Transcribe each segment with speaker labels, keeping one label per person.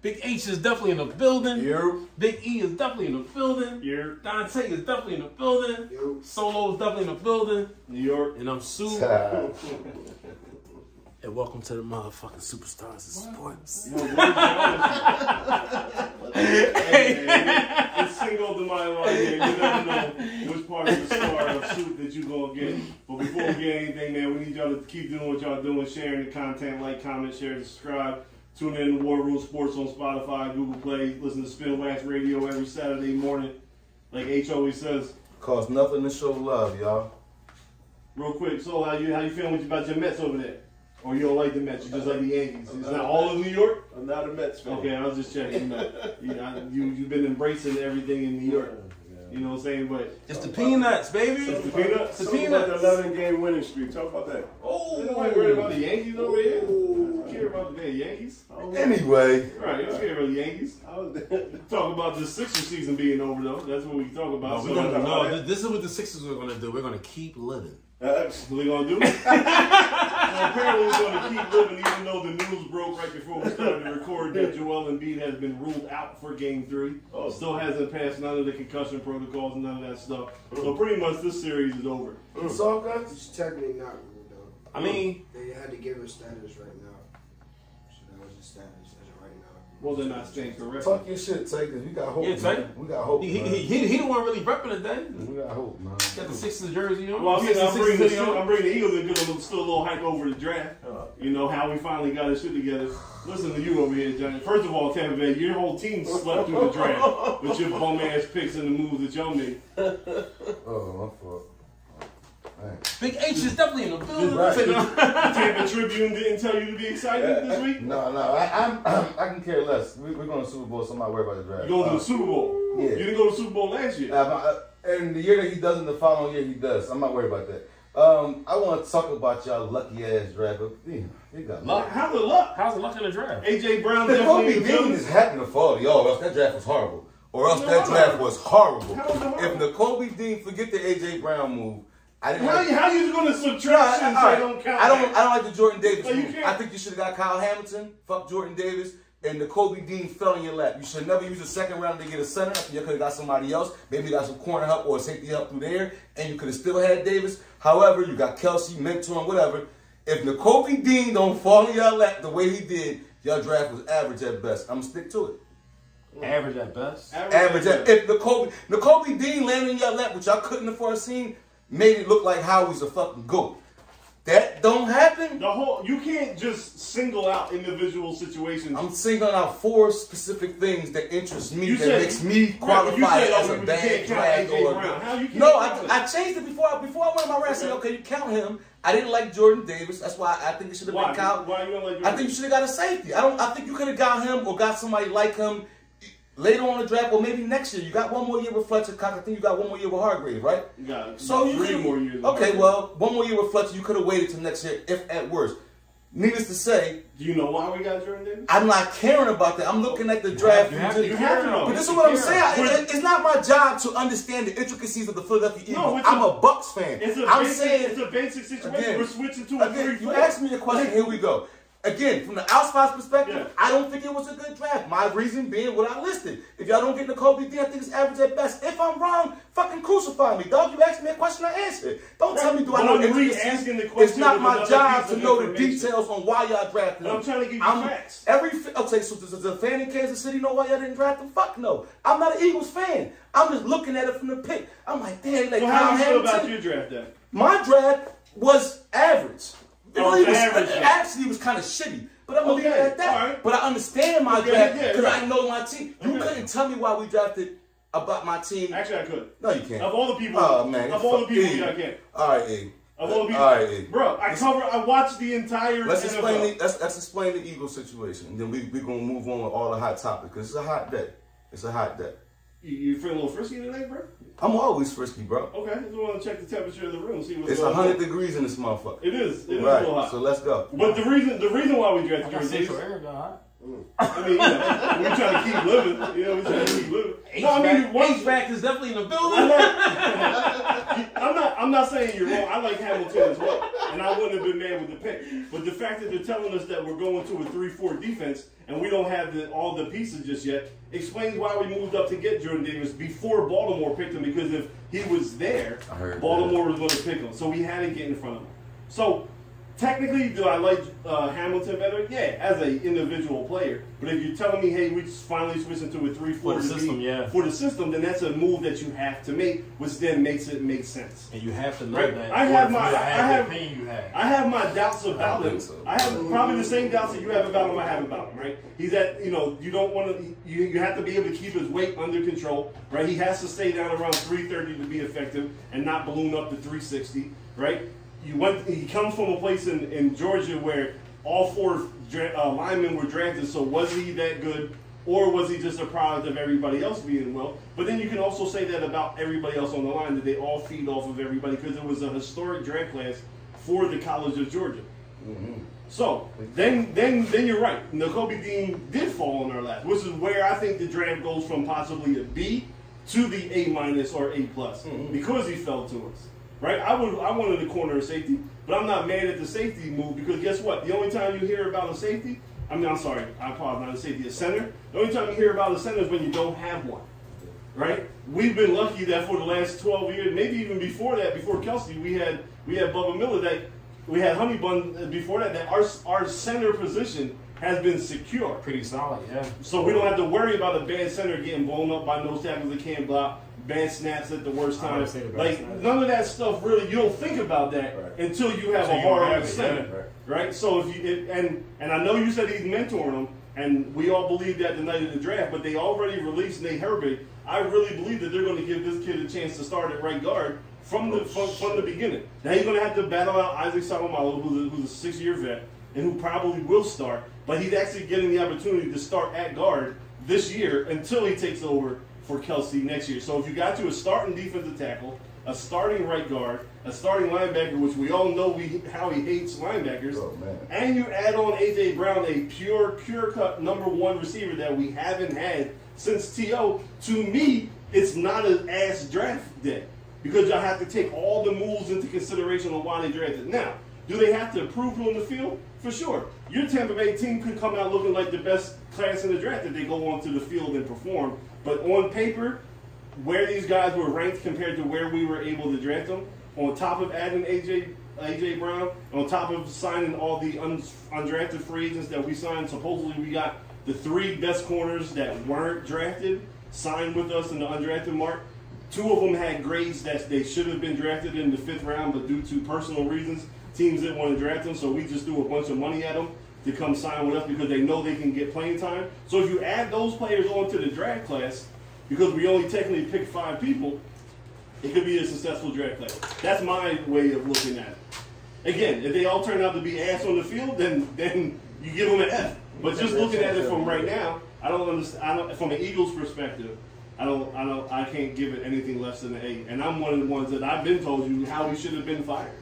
Speaker 1: Big H is definitely in the building. Big E is definitely in the building.
Speaker 2: Here,
Speaker 1: Dante is definitely in the building.
Speaker 2: Yo.
Speaker 1: Solo is definitely in the building.
Speaker 2: New York.
Speaker 1: And I'm Sue.
Speaker 3: Uh,
Speaker 1: and welcome to the motherfucking Superstars of Sports.
Speaker 2: Hey, man, it's single to my line here. You never know which part of the star or shoot that you gonna get. But before we get anything, man, we need y'all to keep doing what y'all doing, sharing the content, like, comment, share, subscribe. Tune in to War Room Sports on Spotify, Google Play. Listen to Spin Wax Radio every Saturday morning. Like H always says.
Speaker 3: Cost nothing to show love, y'all.
Speaker 2: Real quick, so how you how you feeling with- about your Mets over there? Or you don't like the Mets? You just like the Yankees? It's not all of New York.
Speaker 4: I'm not a Mets fan.
Speaker 2: Okay, I was just checking. You know, you, I, you you've been embracing everything in New York. You know what I'm saying? But
Speaker 1: It's the peanuts, baby.
Speaker 2: the peanuts.
Speaker 4: Talk about the 11 game winning streak. Talk about that.
Speaker 2: Oh, you ain't worried about the Yankees over here. You care about the damn Yankees?
Speaker 3: Oh.
Speaker 2: All
Speaker 3: Anyway,
Speaker 2: right, you care about the Yankees?
Speaker 4: I was there.
Speaker 2: Talk about the Sixers season being over though. That's what we talk about.
Speaker 1: We're
Speaker 2: so
Speaker 1: gonna,
Speaker 2: that's all
Speaker 1: no,
Speaker 2: that-
Speaker 1: th- this is what the Sixers are going to do. We're going to keep living.
Speaker 2: Uh, What they gonna do? well, apparently we're gonna keep living, even though the news broke right before we started to record that Joel Embiid has been ruled out for Game Three.
Speaker 4: Oh.
Speaker 2: Still hasn't passed none of the concussion protocols, none of that stuff. So pretty much this series is over.
Speaker 4: Mm.
Speaker 3: soccer.
Speaker 5: It's technically not ruled though.
Speaker 1: I mean,
Speaker 5: They had to give her status right now. So that was the status as of right now.
Speaker 2: Well, they're not staying correctly.
Speaker 3: Talk your shit, take it. We got hope.
Speaker 1: Yeah, take
Speaker 3: man. We got hope.
Speaker 1: he, he,
Speaker 3: Man.
Speaker 1: he, he the one really repping today.
Speaker 3: We got hope, man.
Speaker 1: Got the Sixers jersey on.
Speaker 2: Well, I mean, I'm
Speaker 1: Sixers
Speaker 2: bringing,
Speaker 1: hoodie
Speaker 2: the,
Speaker 1: on.
Speaker 2: I'm bringing the Eagles in because I'm still a little hype over the draft.
Speaker 4: Oh.
Speaker 2: You know, how we finally got this shit together. Listen to you over here, Johnny. First of all, Tampa Bay, your whole team slept through the draft with your bum ass picks and the moves that y'all made.
Speaker 3: Oh, my fault. Alright.
Speaker 1: Big H is definitely in the building.
Speaker 3: Right.
Speaker 2: Tampa Tribune didn't tell you to be excited this week?
Speaker 3: No, no, I, I'm, I can care less. We, we're going to Super Bowl, so I'm not worried about the draft.
Speaker 2: You going to
Speaker 3: Uh,
Speaker 2: the Super Bowl.
Speaker 3: yeah.
Speaker 2: You didn't go to the Super Bowl last year.
Speaker 3: Uh, my- uh, and the year that he doesn't, the following year he does. I'm not worried about that. Um, I want to talk about y'all lucky ass draft. But, yeah, they got
Speaker 1: Luck.
Speaker 2: How's the luck?
Speaker 1: How's the luck in the draft?
Speaker 2: AJ Brown
Speaker 3: The
Speaker 2: definitely
Speaker 3: Kobe
Speaker 2: in the building.
Speaker 3: Dean just happened to fall to y'all, or else that draft was horrible. Or else
Speaker 2: No,
Speaker 3: that
Speaker 2: no.
Speaker 3: draft was horrible.
Speaker 2: How was it horrible?
Speaker 3: If N'Kobe Dean forget the AJ Brown move, I didn't.
Speaker 2: How,
Speaker 3: like,
Speaker 2: how you going to subtract
Speaker 3: Nah,
Speaker 2: since
Speaker 3: all
Speaker 2: I
Speaker 3: right.
Speaker 2: don't count?
Speaker 3: I don't. I don't like the Jordan Davis
Speaker 2: No, you
Speaker 3: move.
Speaker 2: can't.
Speaker 3: I think you should have got Kyle Hamilton. Fuck Jordan Davis. And N'Kobe Dean fell in your lap. You should never use a second round to get a center. I think you could have got somebody else. Maybe you got some corner help or safety help through there, and you could have still had Davis. However, you got Kelsey, Mentor, and whatever. If N'Kobe Dean don't fall in your lap the way he did, your draft was average at best. I'm gonna stick to it.
Speaker 1: Average at best.
Speaker 3: Average. at- If N'Kobe, N'Kobe Dean landed in your lap, which I couldn't have foreseen, made it look like Howie's a fucking goat. That don't happen.
Speaker 2: The whole you can't just single out individual situations.
Speaker 3: I'm singling out four specific things that interest me
Speaker 2: You
Speaker 3: that
Speaker 2: said-
Speaker 3: makes me
Speaker 2: Right,
Speaker 3: qualify
Speaker 2: but you said,
Speaker 3: as
Speaker 2: oh,
Speaker 3: a
Speaker 2: you
Speaker 3: bad
Speaker 2: can't count
Speaker 3: drag
Speaker 2: AJ
Speaker 3: or
Speaker 2: Brown. How you can't
Speaker 3: no. I,
Speaker 2: count him?
Speaker 3: I changed it before I before I went on my rant. I said, okay, you count him. I didn't like Jordan Davis. That's why I think it should have
Speaker 2: why?
Speaker 3: been Kyle.
Speaker 2: Why you don't like?
Speaker 3: I think you should have got a safety. I don't. I think you could have got him or got somebody like him later on in the draft or maybe next year. You got one more year with Fletcher Cox. I think you got one more year with Hargrave, right?
Speaker 2: You got
Speaker 3: So you
Speaker 2: three
Speaker 3: could've-
Speaker 2: more years.
Speaker 3: Okay, well, one more year with Fletcher. You could have waited till next year, if at worst. Needless to say,
Speaker 2: do you know why we got Jordan Davis?
Speaker 3: I'm not caring about that. I'm looking at the draft.
Speaker 1: You have
Speaker 3: from
Speaker 1: to
Speaker 2: You
Speaker 3: just-
Speaker 2: have to know.
Speaker 3: but this is what I'm
Speaker 2: It's a
Speaker 3: saying.
Speaker 2: But-
Speaker 3: It- it's not my job to understand the intricacies of the Philadelphia
Speaker 2: No,
Speaker 3: Eagles.
Speaker 2: it's
Speaker 3: I'm
Speaker 2: a-
Speaker 3: a Bucks fan.
Speaker 2: It's a
Speaker 3: I'm
Speaker 2: basic,
Speaker 3: saying
Speaker 2: it's a basic situation.
Speaker 3: Again,
Speaker 2: We're switching to a
Speaker 3: Again,
Speaker 2: three.
Speaker 3: you asked me the question. Here we go. Again, from the outside perspective,
Speaker 2: Yeah.
Speaker 3: I don't think it was a good draft. My reason being what I listed. If y'all don't get N'Kobe Dean, I think it's average at best. If I'm wrong, fucking crucify me, dog. You asked me a question, I answered. Don't tell me do I
Speaker 2: But
Speaker 3: know
Speaker 2: I'm
Speaker 3: intricacies.
Speaker 2: re-asking the question
Speaker 3: It's not
Speaker 2: with
Speaker 3: my
Speaker 2: another
Speaker 3: job
Speaker 2: piece
Speaker 3: to
Speaker 2: of
Speaker 3: know the
Speaker 2: information.
Speaker 3: details on why y'all drafted
Speaker 2: But
Speaker 3: him.
Speaker 2: I'm trying to give you facts.
Speaker 3: Every fa- okay, so does does a fan in Kansas City know why y'all didn't draft him? Fuck no. I'm not an Eagles fan. I'm just looking at it from the pick. I'm like, damn, like
Speaker 2: So how
Speaker 3: Kyle
Speaker 2: do you feel
Speaker 3: Hamilton.
Speaker 2: about your draft then?
Speaker 3: My draft was average. It
Speaker 2: Oh,
Speaker 3: really was,
Speaker 2: average.
Speaker 3: it actually was kind of shitty, but I'm gonna leave it
Speaker 2: Okay,
Speaker 3: at that.
Speaker 2: alright.
Speaker 3: But I understand my
Speaker 2: Okay,
Speaker 3: draft
Speaker 2: yeah,
Speaker 3: because
Speaker 2: right.
Speaker 3: I know my team. You
Speaker 2: Okay.
Speaker 3: couldn't tell me why we drafted about my team.
Speaker 2: Actually, I could.
Speaker 3: no, you can't.
Speaker 2: Of all the people,
Speaker 3: oh man,
Speaker 2: of all the
Speaker 3: fuck
Speaker 2: people,
Speaker 3: Ig.
Speaker 2: yeah, I can.
Speaker 3: All right, Ig.
Speaker 2: Of all the people,
Speaker 3: All right, Ig.
Speaker 2: bro, I cover. I watched the entire.
Speaker 3: Let's
Speaker 2: NFL.
Speaker 3: explain the, let's, let's explain the Eagles situation, and then we we gonna move on with all the hot topics because it's a hot day. It's a hot day.
Speaker 2: You, you feel a little frisky today, bro?
Speaker 3: I'm always frisky, bro.
Speaker 2: Okay, I just want to check the temperature of the room, see what's
Speaker 3: It's
Speaker 2: going
Speaker 3: 100
Speaker 2: on.
Speaker 3: degrees in this motherfucker.
Speaker 2: It is. It is a little
Speaker 3: Right,
Speaker 2: hot.
Speaker 3: so let's go.
Speaker 2: but the reason the reason why we drink the Thursdays,
Speaker 6: Central Arizona, huh?
Speaker 2: I mean, you know, we try to keep living. You know, we try to keep living. No, I mean,
Speaker 6: HVAC
Speaker 2: one,
Speaker 6: HVAC is definitely in the
Speaker 2: I
Speaker 6: building.
Speaker 2: like- I'm not. I'm not saying you're wrong. I like Hamilton as well, and I wouldn't have been mad with the pick. But the fact that they're telling us that we're going to a three-four defense and we don't have the, all the pieces just yet explains why we moved up to get Jordan Davis before Baltimore picked him. Because if he was there,
Speaker 1: I heard
Speaker 2: Baltimore was going to pick him, so we had to get in front of him. So technically, do I like uh, Hamilton better? Yeah, as an individual player. But if you're telling me, hey, we just finally switching to a three-four
Speaker 6: For the system, yeah.
Speaker 2: for the system, then that's a move that you have to make, which then makes it make sense.
Speaker 6: And you have to know
Speaker 2: Right.
Speaker 6: that.
Speaker 2: I
Speaker 6: in
Speaker 2: have
Speaker 6: order for
Speaker 2: my-
Speaker 6: you to
Speaker 2: I
Speaker 6: have
Speaker 2: have-
Speaker 6: the pain you have.
Speaker 2: I have my doubts about
Speaker 3: think
Speaker 2: him.
Speaker 3: so.
Speaker 2: I have probably the same doubts that you have about him. I have about him, right? He's at, you know, you don't want to, you, you have to be able to keep his weight under control, right? He has to stay down around 330 to be effective and not balloon up to 360, right? You went, he comes from a place in, in Georgia where all four dra- uh, linemen were drafted, so was he that good? Or was he just a product of everybody else being well? But then you can also say that about everybody else on the line that they all feed off of everybody because it was a historic draft class for the College of Georgia. So then, then, then you're right. N'Kobe Dean did fall on our lap, which is where I think the draft goes from possibly a B to the A minus or A plus because he fell to us. Right? I would, I wanted a corner of safety, but I'm not mad at the safety move because guess what? The only time you hear about a safety, I mean, I'm sorry, I apologize, not a safety, a center. The only time you hear about a center is when you don't have one right? We've been lucky that for the last 12 years, maybe even before that, before Kelsey, we had we had Bubba Miller that we had Honey Bun uh, before that. That our our center position has been secure,
Speaker 6: Pretty solid, yeah.
Speaker 2: so we don't have to worry about a bad center getting blown up by nose tackles that can't block, bad snaps at the worst
Speaker 6: I
Speaker 2: time.
Speaker 6: would say the bad
Speaker 2: Like
Speaker 6: snaps.
Speaker 2: none of that stuff really. You don't think about that
Speaker 4: Right.
Speaker 2: until you have
Speaker 6: Until
Speaker 2: a
Speaker 6: you
Speaker 2: hard
Speaker 6: have
Speaker 2: on
Speaker 6: it,
Speaker 2: center,
Speaker 6: yeah.
Speaker 2: right? So if you if, and and I know you said he's mentoring them, and we all believe that the night of the draft. But they already released Nate Herbig. I really believe that they're going to give this kid a chance to start at right guard from the from, from the beginning. Now he's going to have to battle out Isaac Salomalo, who's a, who's a six year vet and who probably will start. But he's actually getting the opportunity to start at guard this year until he takes over for Kelsey next year. So if you got you a starting defensive tackle, a starting right guard, a starting linebacker, which we all know we how he hates linebackers,
Speaker 3: Oh, man.
Speaker 2: and you add on AJ Brown, a pure, pure cut number one receiver that we haven't had since To. To me, it's not an ass draft day because y'all have to take all the moves into consideration on why they drafted. Now, do they have to improve on the field? For sure. Your Tampa Bay team could come out looking like the best class in the draft if they go onto the field and perform. But on paper, where these guys were ranked compared to where we were able to draft them, on top of adding AJ AJ Brown, on top of signing all the un, undrafted free agents that we signed, supposedly we got the three best corners that weren't drafted signed with us in the undrafted mark. Two of them had grades that they should have been drafted in the fifth round, but due to personal reasons, teams didn't want to draft them, so we just threw a bunch of money at them to come sign with us because they know they can get playing time. So if you add those players onto the draft class, because we only technically picked five people, it could be a successful draft class. That's my way of looking at it. Again, if they all turn out to be ass on the field, then then you give them an F. But just looking at it from right now, I don't understand. I don't, from an Eagles perspective, I don't, I don't, I can't give it anything less than an A. And I'm one of the ones that I've been told you how we should have been fired.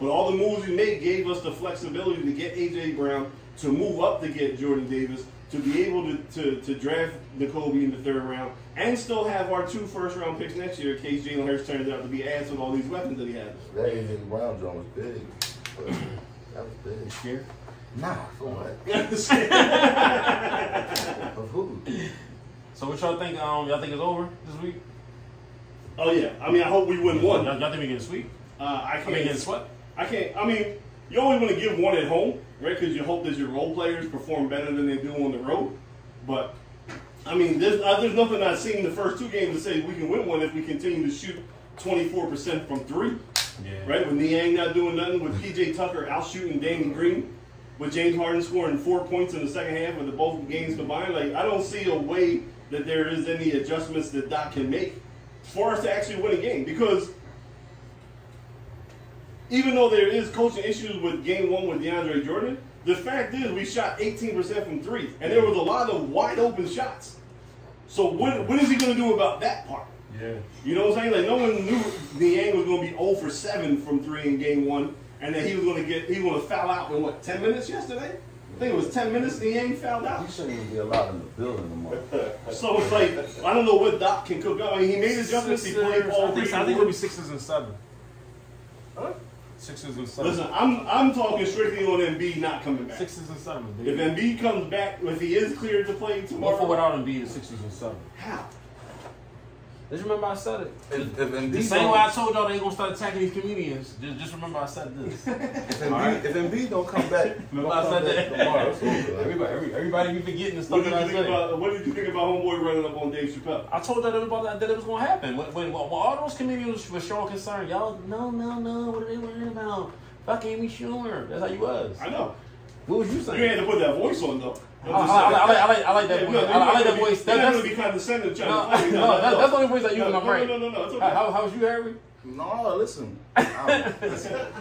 Speaker 2: But all the moves we made gave us the flexibility to get AJ Brown, to move up to get Jordan Davis, to be able to, to, to draft Nicobe in the third round, and still have our two first round picks next year in case Jalen Hurts turns out to be ass with all these weapons that he has.
Speaker 3: That AJ Brown drum was big. but That was big.
Speaker 6: Here.
Speaker 3: Nah, for what? For who?
Speaker 6: So what y'all think? Um, y'all think it's over this week?
Speaker 2: oh yeah, I mean I hope we win one. Uh,
Speaker 6: Y'all, y'all think we getting sweep?
Speaker 2: I
Speaker 6: I mean, getting
Speaker 2: can't.
Speaker 6: swept.
Speaker 2: I can't. I mean, you always want to give one at home, right? Because you hope that your role players perform better than they do on the road. But I mean, there's, uh, there's nothing I've seen in the first two games to say we can win one if we continue to shoot 24% from three.
Speaker 6: Yeah.
Speaker 2: Right? With Niang not doing nothing, with PJ Tucker out shooting Danny Green, with James Harden scoring four points in the second half with the both games combined, like I don't see a way that there is any adjustments that Doc can make for us to actually win a game because even though there is coaching issues with game one with DeAndre Jordan, the fact is we shot 18% from three, and there was a lot of wide open shots. So what what is he gonna do about that part?
Speaker 6: Yeah.
Speaker 2: You know what I'm saying? Like no one knew Niang was gonna be 0 for 7 from three in game one, and that he was gonna get he was gonna foul out in what 10 minutes yesterday? I think it was 10 minutes Niang fouled out.
Speaker 3: He shouldn't even be allowed in the building tomorrow.
Speaker 2: So it's like I don't know what Doc can cook up. I mean, he made adjustments. He played
Speaker 6: I
Speaker 2: Paul
Speaker 6: think,
Speaker 2: Reed.
Speaker 6: so. I think it'll be sixes and seven. Sixes and seven.
Speaker 2: Listen, I'm I'm talking strictly on Embiid not coming back.
Speaker 6: Sixes and seven,
Speaker 2: If
Speaker 6: dude.
Speaker 2: Embiid comes back, if he is cleared to play
Speaker 6: What for
Speaker 2: tomorrow,
Speaker 6: without Embiid is sixes and seven.
Speaker 2: how?
Speaker 6: Just remember I said it.
Speaker 3: If, if Embiid
Speaker 6: The same
Speaker 3: don't-
Speaker 6: way I told y'all they ain't gonna start attacking these comedians. Just, just remember I said this.
Speaker 3: if Embiid, if Embiid don't come back,
Speaker 6: Remember I said that tomorrow. Everybody, every, everybody be forgetting the
Speaker 2: What
Speaker 6: stuff
Speaker 2: did
Speaker 6: that
Speaker 2: you
Speaker 6: I
Speaker 2: think
Speaker 6: said.
Speaker 2: about? What did you think about homeboy running up on Dave Chappelle?
Speaker 6: I told that everybody that it was gonna happen. When, when, when all those comedians were showing concern, y'all, no, no, no, what are they worrying about? Fuck Amy Schumer. That's how you was.
Speaker 2: I know.
Speaker 6: What was you
Speaker 2: You
Speaker 6: saying?
Speaker 2: had to put that voice on though.
Speaker 6: I, I, I, I, like- I like, I like that voice. I, I like that voice. That,
Speaker 2: That's
Speaker 6: that's,
Speaker 2: gonna be condescending. trying
Speaker 6: no,
Speaker 2: to play.
Speaker 6: no, that, that's the only voice that you
Speaker 2: No,
Speaker 6: and I'm
Speaker 2: no,
Speaker 6: right.
Speaker 2: No, no, no, it's
Speaker 6: How,
Speaker 2: okay.
Speaker 6: how, how was you, Harry?
Speaker 3: no, listen. I'm-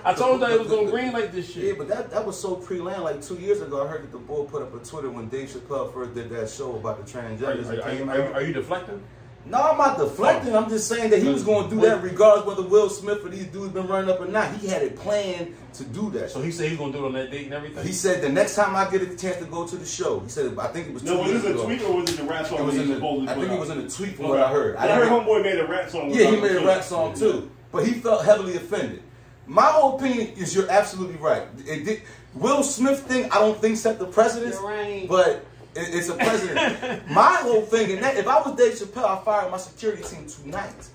Speaker 6: I told you it was gonna green like this
Speaker 3: Yeah,
Speaker 6: shit.
Speaker 3: but that, that was so pre-land. Like two years ago, I heard that the boy put up a Twitter when Dave Chappelle first did that show about the transgenders. that came out.
Speaker 6: you deflecting?
Speaker 3: No, I'm not deflecting. I'm just saying that he was going to do that regardless whether Will Smith or these dudes been running up or not. He had it planned to do that.
Speaker 6: So
Speaker 3: So
Speaker 6: he said he's gonna do it on that date and everything.
Speaker 3: he said the next time I get a chance to go to the show, he said I think it was two
Speaker 2: No, was
Speaker 3: years
Speaker 2: this a
Speaker 3: ago.
Speaker 2: tweet or was it the rap song?
Speaker 3: It was
Speaker 2: that
Speaker 3: in
Speaker 2: he
Speaker 3: the,
Speaker 2: supposedly
Speaker 3: I
Speaker 2: put
Speaker 3: think it
Speaker 2: out?
Speaker 3: was in a tweet from what I heard.
Speaker 2: I,
Speaker 3: didn't
Speaker 2: heard
Speaker 3: hear-
Speaker 2: homeboy made a rap song.
Speaker 3: Yeah, he
Speaker 2: about
Speaker 3: made
Speaker 2: it,
Speaker 3: a
Speaker 2: too.
Speaker 3: rap song too, but he felt heavily offended. My whole opinion is you're absolutely right. It did, Will Smith thing, I don't think set the precedent,
Speaker 6: You're right.
Speaker 3: but it, it's a precedent. My whole thing, and that, if I was Dave Chappelle, I fired my security team tonight.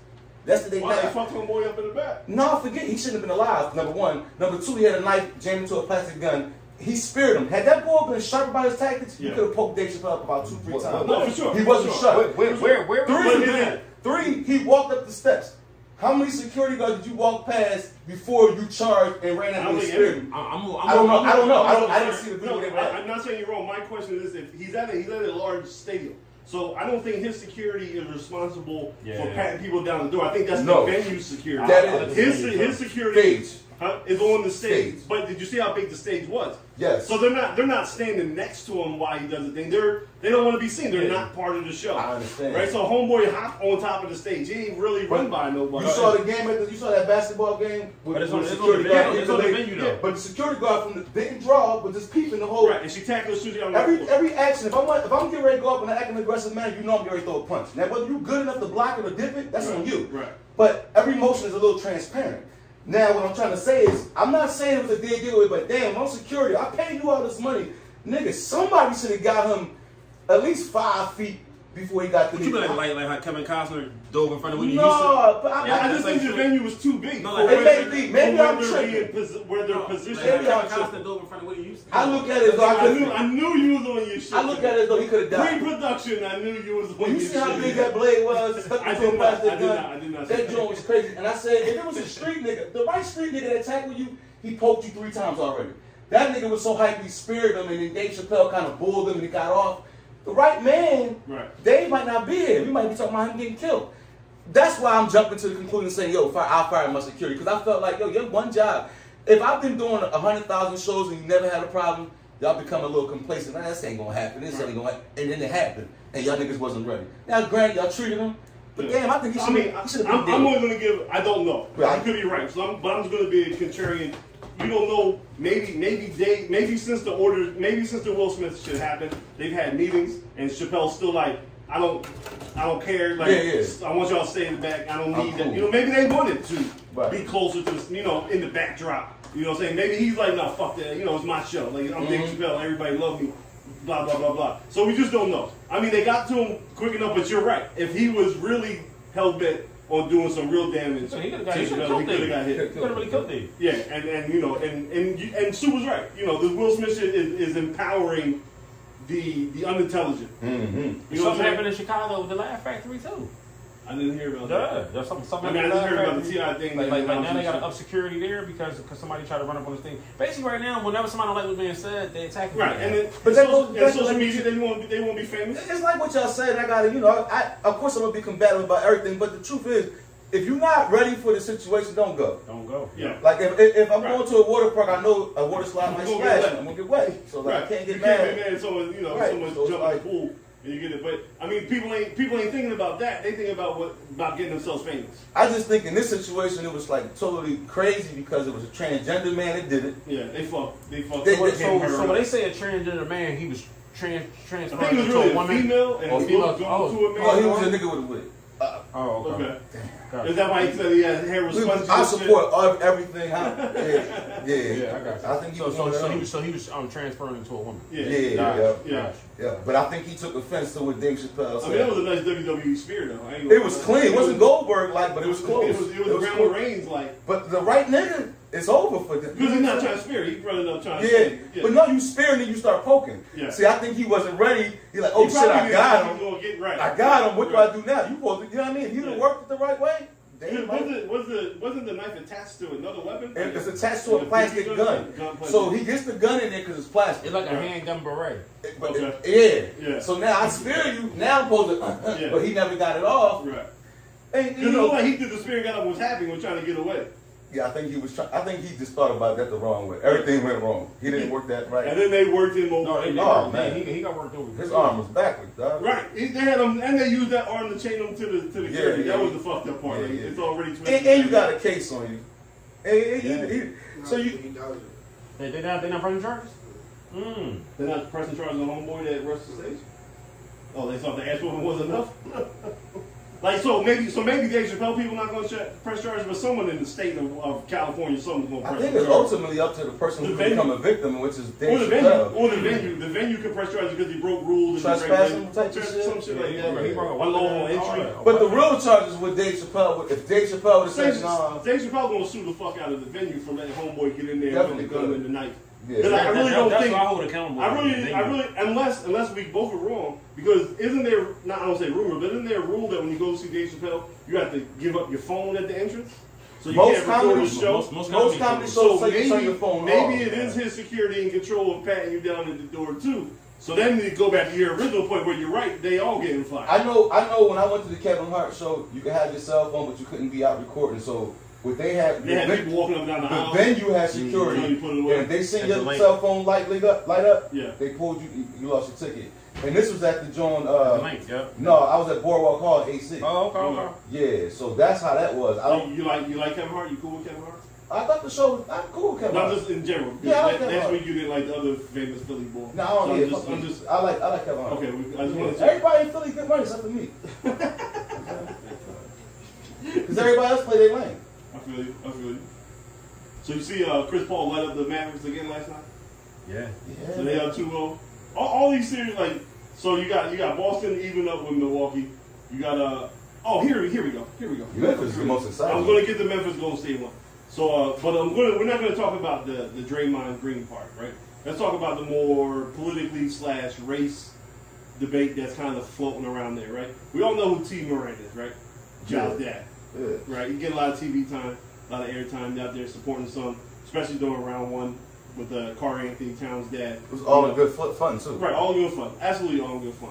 Speaker 3: That's the day
Speaker 2: Why they
Speaker 3: night.
Speaker 2: fucked homeboy up in the back?
Speaker 3: No, forget he shouldn't have been alive. Number one, number two, he had a knife jammed into a plastic gun. He speared him. Had that boy been sharp about his tactics, you
Speaker 2: Yeah.
Speaker 3: could have poked Dave Chappelle up about two, three times.
Speaker 2: no, for sure,
Speaker 3: He
Speaker 2: for
Speaker 3: wasn't
Speaker 2: sure.
Speaker 3: sharp.
Speaker 6: Wait, where, where, where,
Speaker 2: But
Speaker 3: Three,
Speaker 2: then-
Speaker 3: three, he walked up the steps. How many security guards did you walk past before you charged and ran
Speaker 2: I
Speaker 3: out
Speaker 2: don't
Speaker 3: of the
Speaker 2: think
Speaker 3: spirit?
Speaker 2: every-
Speaker 6: I'm, I'm, I'm,
Speaker 3: I don't know. I don't know. I don't. I
Speaker 2: No,
Speaker 3: didn't see the video.
Speaker 2: no,
Speaker 3: where they were
Speaker 2: I-
Speaker 3: at.
Speaker 2: I'm not saying you're wrong. My question is if he's at a he's at a large stadium. So I don't think his security is responsible for
Speaker 6: Yeah.
Speaker 2: patting people down the door. I think that's
Speaker 3: No.
Speaker 2: the venue security.
Speaker 3: That is-
Speaker 2: his his security
Speaker 3: Stage.
Speaker 2: huh, is on the stage.
Speaker 3: Stage.
Speaker 2: But did you see how big the stage was?
Speaker 3: Yes.
Speaker 2: So they're not they're not standing next to him while he does the thing. They're they don't want to be seen. They're
Speaker 6: Yeah.
Speaker 2: not part of the show.
Speaker 3: I understand.
Speaker 2: Right. So homeboy hop on top of the stage. He ain't really run by nobody.
Speaker 3: You saw the game. at the- You saw that basketball game. With,
Speaker 6: But it's on-
Speaker 3: with
Speaker 6: it's on
Speaker 3: security
Speaker 6: the venue.
Speaker 3: guard.
Speaker 6: It's on the venue, though.
Speaker 3: But the security guard from the didn't draw, but just peeping the whole.
Speaker 2: right, and she tackled Susie on the
Speaker 3: Every every action, if I'm if I'm getting ready to go up and I act in an aggressive manner, you know I'm getting ready to throw a punch. Now whether you good enough to block it or dip it, that's
Speaker 2: Right,
Speaker 3: on you.
Speaker 2: right.
Speaker 3: But every motion is a little transparent. Now what I'm trying to say is, I'm not saying it was a dead giveaway, but damn, I'm security. I paid you all this money, nigga. Somebody should have got him at least five feet before he got to
Speaker 6: What
Speaker 3: me.
Speaker 6: you like, like, like how Kevin Costner dove in front of Whitney Houston?
Speaker 3: no, but I,
Speaker 6: Yeah,
Speaker 2: I
Speaker 3: I
Speaker 6: That's
Speaker 2: just think
Speaker 6: like-
Speaker 2: the venue was too big.
Speaker 6: No,
Speaker 2: for
Speaker 6: like-
Speaker 2: where
Speaker 6: It
Speaker 2: they-
Speaker 3: may be. Maybe
Speaker 2: for
Speaker 3: I'm
Speaker 2: where they're
Speaker 3: tripping.
Speaker 2: being posi- Where their position.
Speaker 6: Like,
Speaker 3: Maybe
Speaker 6: how
Speaker 3: I'm
Speaker 6: Kevin Costner dove in front of Whitney Houston?
Speaker 3: I look at it as though
Speaker 2: I knew,
Speaker 3: I
Speaker 2: I knew you was on your shit.
Speaker 3: could. I look at it as though he could have died.
Speaker 2: Pre-production, I knew you was on
Speaker 3: When
Speaker 2: your
Speaker 3: you see how
Speaker 2: shit.
Speaker 3: big that blade was, stuck
Speaker 2: I
Speaker 3: into a
Speaker 2: did not-
Speaker 3: plastic
Speaker 2: I did
Speaker 3: gun,
Speaker 2: not- I did not see
Speaker 3: that
Speaker 2: that.
Speaker 3: joint was crazy. And I said, if it was a street nigga, the right street nigga that attacked with you, he poked you three times already. That nigga was so hyped, he speared him, and then Dave Chappelle kind of bulled him, and he got off. The right man,
Speaker 2: Right.
Speaker 3: Dave might not be here. We might be talking about him getting killed. That's why I'm jumping to the conclusion saying, yo, fire, I'll fire my security. Because I felt like, yo, you have one job. If I've been doing 100,000 shows and you never had a problem, y'all become a little complacent. Nah, this ain't going to happen. This ain't going to happen. And then it happened. And y'all niggas wasn't ready. Now, granted, y'all treated him. But
Speaker 2: Yeah.
Speaker 3: damn, I think you
Speaker 2: I
Speaker 3: should
Speaker 2: mean,
Speaker 3: have been
Speaker 2: I'm, I'm
Speaker 3: dead.
Speaker 2: only gonna give. I don't know.
Speaker 3: Right.
Speaker 2: I could be right. So I'm, but I'm just gonna be a contrarian. You don't know. Maybe, maybe they, maybe since the order, maybe since the Will Smith shit happened, they've had meetings, and Chappelle's still like, I don't, I don't care. Like,
Speaker 3: Yeah, yeah.
Speaker 2: I want y'all to stay in the back. I don't
Speaker 3: I'm
Speaker 2: need that.
Speaker 3: cool.
Speaker 2: You know, maybe they wanted to
Speaker 3: Right.
Speaker 2: be closer to, you know, in the backdrop. You know what I'm saying? Maybe he's like, no, fuck that. You know, it's my show. Like, I'm Dave Chappelle. Everybody love me. Blah blah blah blah. So we just don't know. I mean, they got to him quick enough, but you're right. If he was really hell bent on doing some real damage,
Speaker 6: So he could have
Speaker 2: to
Speaker 6: got hit. He could have
Speaker 2: Chappelle, he
Speaker 6: killed
Speaker 2: could have
Speaker 6: Dave.
Speaker 2: got
Speaker 6: He
Speaker 2: hit.
Speaker 6: could have really killed Dave.
Speaker 2: Yeah, and, and you know, and and you, and Sue was right. You know, this Will Smith shit is, is empowering the the unintelligent. Mm-hmm. You know what
Speaker 6: Something
Speaker 2: I'm
Speaker 6: happened
Speaker 2: saying?
Speaker 6: in Chicago with the Laugh Factory, too.
Speaker 2: I didn't hear about that.
Speaker 6: Yeah, there's something, something
Speaker 2: I mean, I just heard about the
Speaker 6: Laugh
Speaker 2: TI
Speaker 6: Factory.
Speaker 2: thing.
Speaker 6: Like, like, like now they got
Speaker 2: announced
Speaker 6: to
Speaker 2: and
Speaker 6: up security there because because somebody tried to run up on this thing. Basically, right now, whenever somebody don't like what's being said, they attack.
Speaker 2: shit.
Speaker 6: you.
Speaker 2: Right, and then
Speaker 3: But
Speaker 2: but
Speaker 3: that
Speaker 2: social,
Speaker 3: goes
Speaker 2: and
Speaker 3: back to
Speaker 2: social
Speaker 3: like-
Speaker 2: media, they won't they won't be famous.
Speaker 3: It's like what y'all said. I gotta, you know, I, of course I'm gonna be combative about everything, but the truth is, if you're not ready for the situation, don't go.
Speaker 6: don't go.
Speaker 2: Yeah.
Speaker 3: Like if, if, if I'm
Speaker 2: Right.
Speaker 3: going to a water park, I know a water slide might
Speaker 2: You're gonna
Speaker 3: splash.
Speaker 2: get wet.
Speaker 3: I'm gonna get wet, so like,
Speaker 2: Right.
Speaker 3: I can't get
Speaker 2: you
Speaker 3: mad.
Speaker 2: can't be mad at someone, you know,
Speaker 3: Right.
Speaker 2: someone
Speaker 3: So it's
Speaker 2: jumping in
Speaker 3: like-
Speaker 2: the pool And you get it, but I mean, people ain't people ain't thinking about that. They thinking about what about getting themselves famous.
Speaker 3: I just think in this situation it was like totally crazy because it was a transgender man that did it.
Speaker 2: Yeah, they fuck. They fuck.
Speaker 3: They-
Speaker 2: someone
Speaker 3: they-
Speaker 2: came
Speaker 6: So,
Speaker 2: her
Speaker 6: so
Speaker 2: up.
Speaker 6: when they say a transgender man, he was trans
Speaker 2: I think
Speaker 6: transferred
Speaker 2: it was
Speaker 6: into
Speaker 2: really
Speaker 6: a
Speaker 2: a
Speaker 6: woman.
Speaker 2: female and
Speaker 6: Oh,
Speaker 2: he
Speaker 6: female.
Speaker 2: looked
Speaker 6: Oh.
Speaker 2: on to a man.
Speaker 3: Oh, he was a nigga with a wig.
Speaker 6: Oh, okay.
Speaker 2: Okay.
Speaker 6: Got it.
Speaker 2: Is that why he said he had hair was
Speaker 3: We-
Speaker 2: spongy?
Speaker 3: I
Speaker 2: and shit?
Speaker 3: support ev- everything. Huh? Yeah, yeah.
Speaker 6: Yeah, I got you.
Speaker 3: think he
Speaker 6: So,
Speaker 3: was
Speaker 6: so,
Speaker 3: one of
Speaker 6: so he
Speaker 3: them.
Speaker 6: was so he was um, transferring into a woman.
Speaker 2: Yeah.
Speaker 3: Yeah,
Speaker 2: Nah,
Speaker 3: yeah.
Speaker 2: yeah.
Speaker 3: Yeah, but I think he took offense to what Dave Chappelle
Speaker 2: I
Speaker 3: said.
Speaker 2: mean, that was a nice WWE spear though. I ain't gonna
Speaker 3: it was
Speaker 2: lie.
Speaker 3: clean. It wasn't Goldberg like, but it was
Speaker 2: It
Speaker 3: close.
Speaker 2: was, it was, Roman
Speaker 3: close.
Speaker 2: Reigns like
Speaker 3: But the right nigga, it's over for them.
Speaker 2: because he's not trying to spear. He's running up trying to
Speaker 3: Yeah.
Speaker 2: spear. Yeah.
Speaker 3: but no, you spearing and you start poking.
Speaker 2: Yeah.
Speaker 3: See, I think he wasn't ready. He's like, oh
Speaker 2: He
Speaker 3: shit, I
Speaker 2: probably
Speaker 3: got
Speaker 2: didn't
Speaker 3: him.
Speaker 2: think he was gonna Get right.
Speaker 3: I got him. What do
Speaker 2: Right.
Speaker 3: I do now? You supposed to, you know what I mean? You didn't
Speaker 2: Yeah.
Speaker 3: work it the right way.
Speaker 2: Was
Speaker 3: Damn, like-
Speaker 2: the, was the, wasn't the knife attached to another weapon?
Speaker 3: and it's attached to a plastic gun. So he gets the gun in there because it's plastic.
Speaker 6: It's like a handgun beret.
Speaker 3: But yeah.
Speaker 2: Yeah.
Speaker 3: So now I spear you. Now I'm supposed to,
Speaker 2: Yeah.
Speaker 3: but he never got it off.
Speaker 2: Right.
Speaker 3: And,
Speaker 2: You know what? He did the spear and got up and was happy when trying to get away.
Speaker 3: Yeah, I think he was. Try- I think he just thought about that the wrong way. Everything went wrong. He didn't work that right.
Speaker 2: And then they worked him over.
Speaker 6: No, they, they,
Speaker 3: Oh,
Speaker 6: oh,
Speaker 3: man.
Speaker 6: He, he got worked over.
Speaker 3: His arm was backwards, dog.
Speaker 2: Right, He- they had him, and they used that arm to chain him to the to the
Speaker 3: Yeah,
Speaker 2: gurney.
Speaker 3: yeah.
Speaker 2: That was the fucked up part.
Speaker 3: Yeah,
Speaker 2: Like,
Speaker 3: yeah.
Speaker 2: It's already twisted.
Speaker 3: And, and you got a case on you. And- and he-
Speaker 2: Yeah.
Speaker 3: he- so you,
Speaker 5: He does it.
Speaker 6: They, they not they not running charges. Mm.
Speaker 2: They're not pressing charges on homeboy that rushed the station. Oh, they thought the ass whooping was enough. like so, maybe so maybe Dave Chappelle people not gonna ch- press charges, but someone in the state of, of California, someone's gonna
Speaker 3: I
Speaker 2: press
Speaker 3: think
Speaker 2: the
Speaker 3: it's
Speaker 2: charges.
Speaker 3: ultimately up to the person who
Speaker 2: The venue-
Speaker 3: become a victim, which is
Speaker 2: Or the
Speaker 3: Dave
Speaker 2: venue,
Speaker 3: Chappelle.
Speaker 2: or the venue, the venue can press charges because he broke rules and
Speaker 3: Trespassing
Speaker 2: regulations.
Speaker 3: type of shit?
Speaker 2: some shit like
Speaker 3: Yeah,
Speaker 2: that.
Speaker 3: he broke
Speaker 6: a
Speaker 2: Unlawful
Speaker 6: weapon, all
Speaker 2: entry.
Speaker 6: that.
Speaker 3: But the real charges with Dave Chappelle, would- if Dave Chappelle would have
Speaker 2: Dave
Speaker 3: said, "Nah,
Speaker 2: Dave Chappelle gonna sue the fuck out of the venue for letting homeboy get in there
Speaker 3: Definitely
Speaker 2: with the gun
Speaker 3: could.
Speaker 2: and the knife.
Speaker 3: Yeah.
Speaker 2: Then I
Speaker 6: That-
Speaker 2: really
Speaker 6: that-
Speaker 2: don't
Speaker 6: that's
Speaker 2: think.
Speaker 6: why I hold accountable.
Speaker 2: I really,
Speaker 6: They-
Speaker 2: I really, unless unless we both are wrong, because isn't there not I don't say rumor, but isn't there a rule that when you go to see Dave Chappelle, you have to give up your phone at the entrance, so you
Speaker 3: most
Speaker 2: can't record
Speaker 3: comedy
Speaker 2: the
Speaker 3: shows,
Speaker 2: show.
Speaker 3: most,
Speaker 6: most comedy
Speaker 3: comedy
Speaker 2: so
Speaker 3: shows, say
Speaker 2: maybe,
Speaker 3: you turn your phone off."
Speaker 2: maybe it is his security and control of patting you down at the door too. So then you go back to your original point where you're right; they all getting fired.
Speaker 3: I know, I know. When I went to the Kevin Hart show, you could have your cell phone, but you couldn't be out recording. So what they had,
Speaker 2: they had
Speaker 3: the,
Speaker 2: people walking up and down the
Speaker 3: the
Speaker 2: aisle.
Speaker 3: venue had
Speaker 2: So you
Speaker 3: security,
Speaker 2: Um, Mm, put it
Speaker 3: and
Speaker 2: away.
Speaker 3: if they seen
Speaker 6: At
Speaker 3: your
Speaker 6: the link.
Speaker 3: cell phone light lit up, light up.
Speaker 2: Yeah.
Speaker 3: They pulled you, you- you lost your ticket. And this was at the joint.
Speaker 6: The
Speaker 3: Uh,
Speaker 6: link, yep.
Speaker 3: no, I was at Boardwalk Hall, AC.
Speaker 6: Oh, okay, okay.
Speaker 3: Yeah, so that's how that was. I don't.
Speaker 2: you, you like you like Kevin Hart? You cool with Kevin Hart?
Speaker 3: I thought the show was I'm cool, with Kevin.
Speaker 2: No,
Speaker 3: Hart.
Speaker 2: just in general. because
Speaker 3: Yeah, I like
Speaker 2: that,
Speaker 3: Kevin
Speaker 2: that's
Speaker 3: Hart.
Speaker 2: when you didn't like the other famous Philly boy.
Speaker 3: No, I don't
Speaker 2: so
Speaker 3: need
Speaker 2: I'm just, I'm just
Speaker 3: just, I like, I like Kevin Hart.
Speaker 2: okay. We, I just
Speaker 3: Yeah,
Speaker 2: want to
Speaker 3: Everybody in Philly good money except for me. Because everybody else play their lane.
Speaker 2: I feel you. I feel you. So you see, uh, Chris Paul led up the Mavericks again last night.
Speaker 6: Yeah.
Speaker 2: So they up 2-0. All, all these series, like, so you got you got Boston even up with Milwaukee. You got uh oh here here we go here we go.
Speaker 3: Memphis is the most exciting.
Speaker 2: I'm going to get the Memphis Golden State one. So, uh, but I'm going to, we're not going to talk about the the Draymond Green part, right? Let's talk about the more politically slash race debate that's kind of floating around there, right? We all know who T. Moran is, right? John's dad.
Speaker 3: Yeah.
Speaker 2: Right, you get a lot of TV time, a lot of air time out there supporting some, especially during round one with uh, Car Anthony Towns' dad.
Speaker 3: It was all in good fu- fun too.
Speaker 2: Right, all good fun. Absolutely all good fun.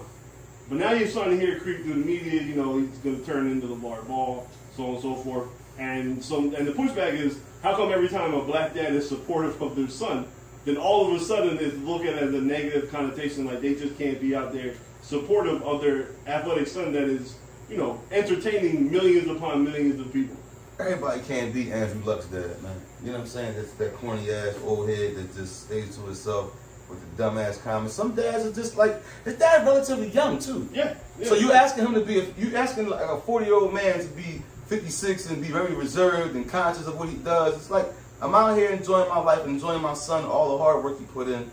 Speaker 2: But now you're starting to hear it creep through the media. You know, he's going to turn into the bar ball, so on and so forth. And some and the pushback is, how come every time a black dad is supportive of their son, then all of a sudden it's looking at the negative connotation, like they just can't be out there supportive of their athletic son that is, you know, entertaining millions upon millions of people.
Speaker 3: Everybody can't be Andrew Luck's dad, man. You know what I'm saying? That's that corny ass old head that just stays to himself with the dumbass comments. Some dads are just like his dad relatively young too.
Speaker 2: Yeah. yeah.
Speaker 3: So you asking him to be a, you asking like a 40 year old man to be 56 and be very reserved and conscious of what he does. It's like I'm out here enjoying my life, enjoying my son, all the hard work he put in.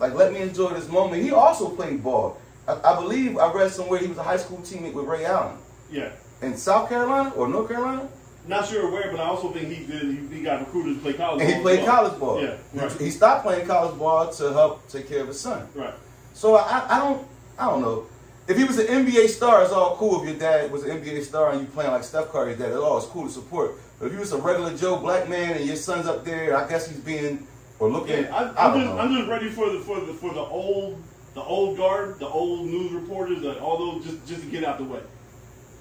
Speaker 3: Like let me enjoy this moment. He also played ball. I, I believe I read somewhere he was a high school teammate with Ray Allen
Speaker 2: yeah.
Speaker 3: in South Carolina or North Carolina.
Speaker 2: Not sure where, but I also think he did. He, he got recruited to play college.
Speaker 3: And he
Speaker 2: ball as
Speaker 3: played
Speaker 2: well.
Speaker 3: college ball.
Speaker 2: Yeah, right.
Speaker 3: He stopped playing college ball to help take care of his son.
Speaker 2: Right.
Speaker 3: So I, I don't I don't know. If he was an NBA star, it's all cool. If your dad was an NBA star and you playing like Steph Curry's dad, it's all it's cool to support. But if you was a regular Joe black man and your son's up there, I guess he's being or looking.
Speaker 2: Yeah, I, I'm,
Speaker 3: I, don't
Speaker 2: just,
Speaker 3: know.
Speaker 2: I'm just ready for the for the for the old the old guard, the old news reporters, and all those just just to get out the way.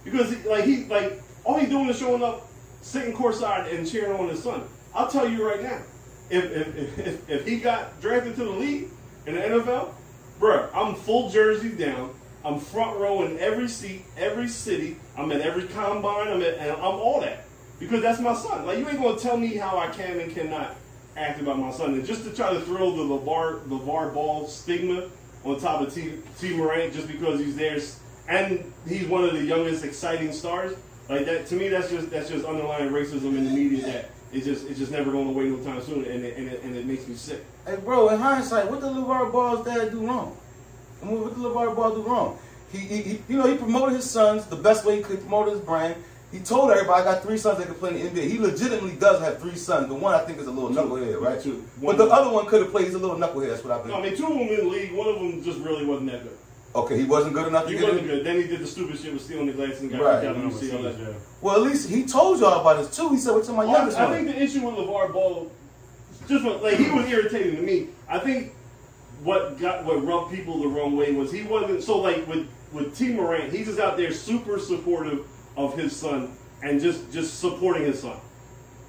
Speaker 2: Because he, like he like all he doing is showing up, sitting courtside and cheering on his son. I'll tell you right now, if if if, if he got drafted to the league in the NFL, bruh, I'm full jersey down. I'm front row in every seat, every city. I'm at every combine. I'm at, and I'm all that because that's my son. Like you ain't gonna tell me how I can and cannot act about my son. And just to try to throw the Levar Levar Ball stigma on top of T, T Morant just because he's there s- and he's one of the youngest, exciting stars. Like that to me, that's just that's just underlying racism in the media that it's just it's just never going away no time soon, and it, and it, and it makes me sick.
Speaker 3: Hey, bro, in hindsight, what did LeVar Ball's dad do wrong? I mean, what did LeVar Ball do wrong? He, he, he, you know, he promoted his sons the best way he could promote his brand. He told everybody, I got three sons that can play in the NBA. He legitimately does have three sons. The one I think is a little knucklehead, right?
Speaker 2: Two.
Speaker 3: But the other one could have played. He's a little knucklehead. That's what I
Speaker 2: No, I
Speaker 3: believe.
Speaker 2: mean two of them in the league. One of them just really wasn't that good.
Speaker 3: Okay, he wasn't good enough to
Speaker 2: He
Speaker 3: get
Speaker 2: wasn't
Speaker 3: it.
Speaker 2: good. Then he did the stupid shit with stealing the glass and got
Speaker 3: Right.
Speaker 2: kicked out of UCLA.
Speaker 3: Well, at least he told y'all about this too. He said, "What's in my youngest
Speaker 2: I, I
Speaker 3: one?"
Speaker 2: think the issue with LeVar Ball, just what, like he was irritating to me. I think what got what rubbed people the wrong way was he wasn't so like with with T Morant, he's just out there super supportive of his son and just just supporting his son.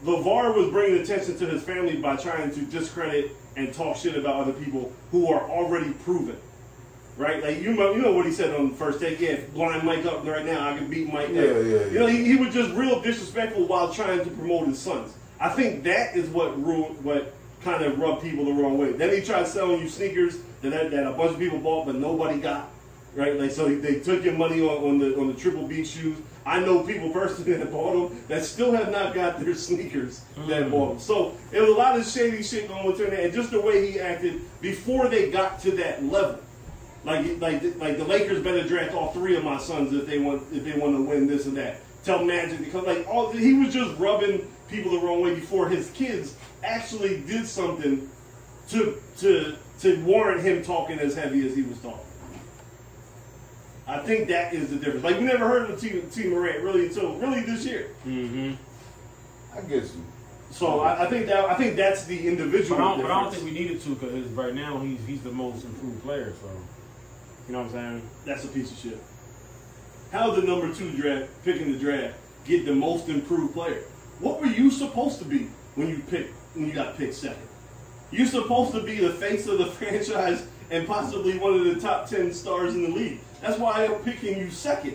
Speaker 2: LeVar was bringing attention to his family by trying to discredit and talk shit about other people who are already proven. Right? Like you know, you know what he said on the first take, yeah, if line Mike up right now, I can beat Mike
Speaker 3: Yeah,
Speaker 2: up.
Speaker 3: yeah,
Speaker 2: You know, he, he was just real disrespectful while trying to promote his sons. I think that is what ruined what kind of rubbed people the wrong way. Then he tried selling you sneakers that that a bunch of people bought but nobody got. Right? Like so they took your money on, on the on the triple B shoes. I know people personally that bought them that still have not got their sneakers that bought them. So it was a lot of shady shit going on there and just the way he acted before they got to that level. Like like like the Lakers better draft all three of my sons if they want if they want to win this and that. Tell Magic to come. Like all he was just rubbing people the wrong way before his kids actually did something to to to warrant him talking as heavy as he was talking. I think that is the difference. Like we never heard of T, T Morant really until really this year.
Speaker 3: I get you.
Speaker 2: So I, I think that I think that's the individual.
Speaker 6: But I, don't, but I don't
Speaker 2: difference.
Speaker 6: think we needed to because right now he's he's the most improved player. So you know what I'm saying?
Speaker 2: That's a piece of shit. How the number two draft picking the draft get the most improved player? What were you supposed to be when you picked when you got picked second? You're supposed to be the face of the franchise and possibly one of the top ten stars in the league. That's why I'm picking you second.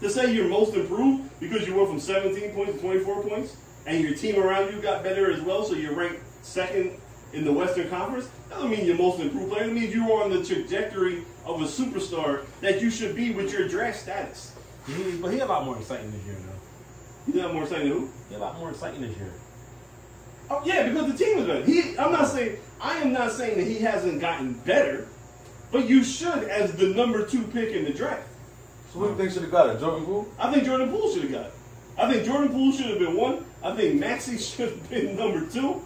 Speaker 2: To say you're most improved because you went from 17 points to 24 points, and your team around you got better as well, so you're ranked second in the Western Conference, doesn't mean you're most improved player. It means you're on the trajectory of a superstar that you should be with your draft status.
Speaker 6: He, but he a lot more exciting this year though.
Speaker 2: You know what I'm saying to who?
Speaker 6: He a lot more exciting this year.
Speaker 2: Oh yeah, because the team is better. He, I'm not saying I am not saying that he hasn't gotten better, but you should as the number two pick in the draft.
Speaker 3: So who do you think should have got it? Jordan Poole?
Speaker 2: I think Jordan Poole should have got it. I think Jordan Poole should have been one. I think Maxi should have been number two.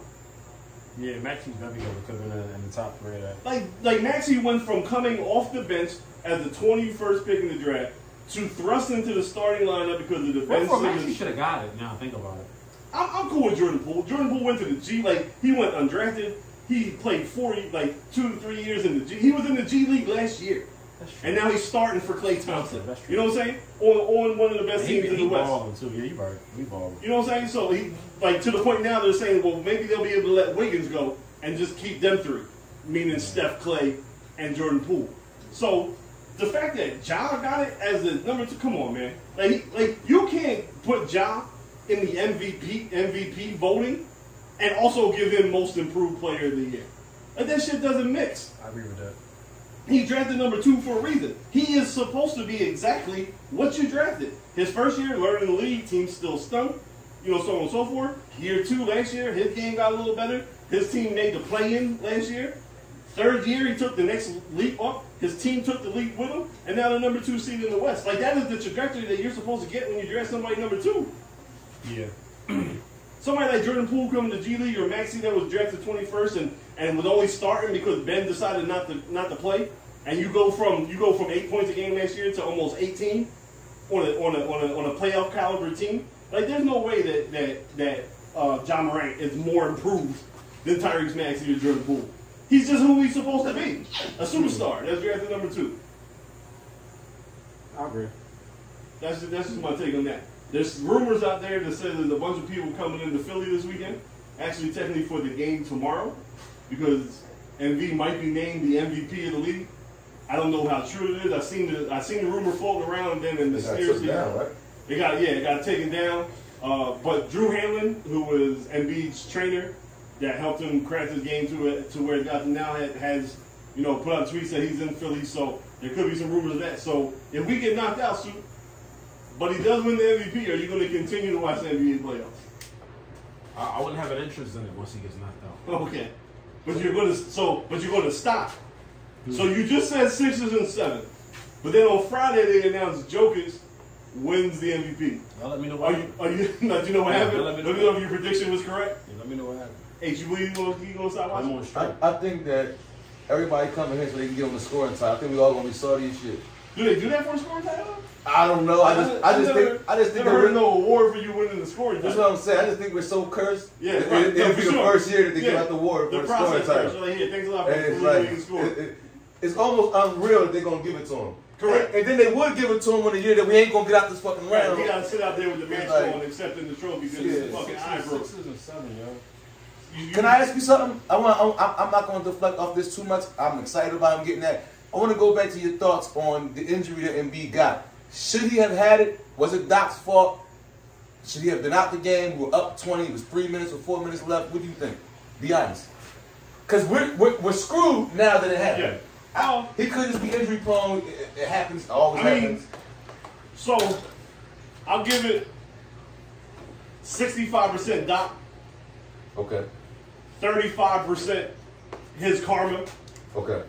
Speaker 6: Yeah, Maxi's gonna be because in the, in the top three of that.
Speaker 2: Like like Maxi went from coming off the bench as the 21st pick in the draft to thrust into the starting lineup because of the Ben
Speaker 6: Wherefore, Maxi
Speaker 2: Simmons.
Speaker 6: should have got it. Now I think about it.
Speaker 2: I'm, I'm cool with Jordan Poole. Jordan Poole went to the G. Like he went undrafted. He played four, like two to three years in the G. He was in the G League last year,
Speaker 6: That's true.
Speaker 2: and now he's starting for Klay Thompson.
Speaker 6: That's true.
Speaker 2: You know what I'm saying? On on one of the best
Speaker 6: he,
Speaker 2: teams in the
Speaker 6: he
Speaker 2: West.
Speaker 6: balling too. Yeah, you right. He balling.
Speaker 2: You know what I'm saying? So he like to the point now they're saying, well, maybe they'll be able to let Wiggins go and just keep them three, meaning Steph Clay and Jordan Poole. So the fact that Ja got it as the number two, come on, man. Like he- like you can't put Ja in the MVP MVP voting and also give him most improved player of the year. Like that shit doesn't mix.
Speaker 6: I agree with that.
Speaker 2: He drafted number two for a reason. He is supposed to be exactly what you drafted. His first year, learning the league, team still stunk, you know, so on and so forth. Year two last year, his game got a little better. His team made the play in last year. Third year, he took the next leap up. His team took the leap with him, and now the number two seed in the West. Like that is the trajectory that you're supposed to get when you draft somebody number two.
Speaker 6: Yeah.
Speaker 2: Somebody like Jordan Poole coming to G League or Maxi that was drafted twenty first and, and was only starting because Ben decided not to not to play, and you go from you go from eight points a game last year to almost eighteen on a on a on a, on a playoff caliber team. Like there's no way that that that uh, John Morant is more improved than Tyrese Maxey or Jordan Poole. He's just who he's supposed to be, a superstar. That's drafted number two.
Speaker 1: I agree.
Speaker 2: That's just, that's just my take on that. There's rumors out there that say there's a bunch of people coming into Philly this weekend. Actually, technically for the game tomorrow, because MV might be named the MVP of the league. I don't know how true it is. I seen the I seen the rumor floating around, and then it
Speaker 3: They got took
Speaker 2: mysteriously
Speaker 3: down, right?
Speaker 2: it got yeah, it got taken down. Uh, but Drew Hanlon, who was Embiid's trainer, that helped him craft his game to it to where it got to now ha- has you know put out tweets that he's in Philly, so there could be some rumors of that. So if we get knocked out, Sue, but he does win the MVP, are you going to continue to watch the NBA playoffs?
Speaker 1: I, I wouldn't have an interest in it once he gets knocked out.
Speaker 2: Okay, but you're going to so but you're going to stop. So you just said sixes and seven, but then on Friday they announced Jokic wins the MVP.
Speaker 1: Y'all let me know
Speaker 2: Are
Speaker 1: what
Speaker 2: you, are you, no, do you know what
Speaker 1: Yeah,
Speaker 2: happened?
Speaker 1: let me
Speaker 2: Let
Speaker 1: know.
Speaker 2: me know if your prediction was correct.
Speaker 1: Let me know what happened.
Speaker 2: H, you believe you gonna, you gonna
Speaker 1: I'm
Speaker 2: stop watching?
Speaker 1: on strike.
Speaker 3: I, I think that everybody coming here so they can get on the scoring side. I think we all gonna be salty as shit.
Speaker 2: Do they do that for a scoring title?
Speaker 3: I don't know. I just, I just
Speaker 2: never-
Speaker 3: think, I just think
Speaker 2: never
Speaker 3: that
Speaker 2: heard
Speaker 3: we're,
Speaker 2: no award for you winning the scoring
Speaker 3: that's
Speaker 2: title.
Speaker 3: what I'm saying. I just think we're so cursed.
Speaker 2: Yeah,
Speaker 3: it,
Speaker 2: right.
Speaker 3: it,
Speaker 2: No,
Speaker 3: it'll
Speaker 2: for
Speaker 3: be the
Speaker 2: sure.
Speaker 3: first year that they give
Speaker 2: Yeah.
Speaker 3: out the award for
Speaker 2: The
Speaker 3: the scoring
Speaker 2: process first,
Speaker 3: title.
Speaker 2: like here, thanks a lot for
Speaker 3: And it's
Speaker 2: winning
Speaker 3: like,
Speaker 2: the score.
Speaker 3: it- it- it's almost unreal that they're gonna give it to him.
Speaker 2: Correct.
Speaker 3: And, and then they would give it to him on the year that we ain't gonna get out this fucking
Speaker 2: Right,
Speaker 3: round.
Speaker 2: he gotta sit out there with the mask
Speaker 3: like-
Speaker 2: on, accepting the trophy because
Speaker 3: Yeah,
Speaker 2: it's fucking eye broke.
Speaker 1: Sixes and seven, yo.
Speaker 2: You- you-
Speaker 3: Can I ask you something? I want. I'm, I'm- I'm not going to deflect off this too much. I'm excited about him getting that. I want to go back to your thoughts on the injury that Embiid got. Should he have had it? Was it Doc's fault? Should he have been out the game? We were up 20. It was three minutes or four minutes left. What do you think? Be honest. Because we're, we're we're screwed now that it happened.
Speaker 2: Yeah. How?
Speaker 3: He could just be injury prone. It, it happens. It always
Speaker 2: I mean-
Speaker 3: happens.
Speaker 2: So, I'll give it 65% Doc,
Speaker 3: Okay.
Speaker 2: 35% his karma.
Speaker 3: Okay.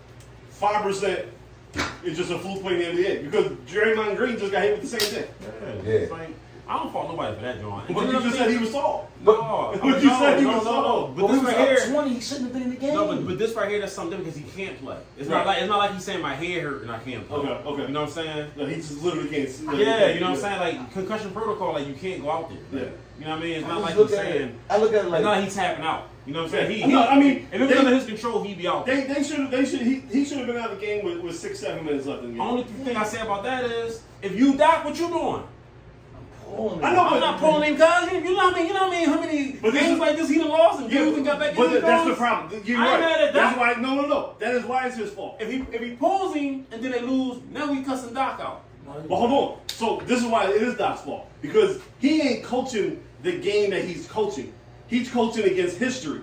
Speaker 2: five percent is just a fluke playing in the NBA because Draymond Green just got hit with the same thing.
Speaker 3: Yeah.
Speaker 6: It's like, I don't fault nobody for that, John.
Speaker 2: But you just said he was tall.
Speaker 6: No,
Speaker 2: What you
Speaker 6: no,
Speaker 2: said he
Speaker 6: no,
Speaker 2: was
Speaker 6: no, no.
Speaker 2: soft.
Speaker 6: But this right
Speaker 3: up
Speaker 6: here,
Speaker 3: 20. He shouldn't have been in the game.
Speaker 6: no, but, but this right here, that's something because he can't play. It's
Speaker 2: Right.
Speaker 6: not like it's not like he's saying my head hurt and I can't play.
Speaker 2: Okay, okay.
Speaker 6: You know what I'm saying?
Speaker 2: No, he just literally can't. see-
Speaker 6: Yeah, you know what I'm saying? Like concussion protocol, like you can't go out there. Like,
Speaker 2: Yeah.
Speaker 6: You know what I mean? It's
Speaker 3: I
Speaker 6: not like
Speaker 3: just
Speaker 6: you're
Speaker 3: look at it-
Speaker 6: saying
Speaker 3: I look at it
Speaker 6: it's
Speaker 3: like.
Speaker 6: not like he's tapping out. You know what I'm saying? He,
Speaker 2: I'm not- I mean,
Speaker 6: if it was
Speaker 2: they-
Speaker 6: under his control, he'd be out. there.
Speaker 2: They they should they should he he should have been out of the game with, with six seven minutes left in the
Speaker 6: The
Speaker 2: game.
Speaker 6: only thing I say about that is if you dock, what you doing?
Speaker 3: Oh,
Speaker 2: I know,
Speaker 6: I'm not pulling him cause you know what I mean, you know what I mean? How many
Speaker 2: But this
Speaker 6: games
Speaker 2: is-
Speaker 6: like this he done lost and dudes and got back in
Speaker 2: but
Speaker 6: his
Speaker 2: that's the
Speaker 6: goals?
Speaker 2: problem. You're
Speaker 6: I
Speaker 2: right.
Speaker 6: ain't mad at
Speaker 2: That's
Speaker 6: that.
Speaker 2: why no no no. That is why it's his fault.
Speaker 6: If he if he pulls him and then they lose, now we cussing Doc out.
Speaker 2: But hold on. So this is why it is Doc's fault because he ain't coaching the game that he's coaching. He's coaching against history.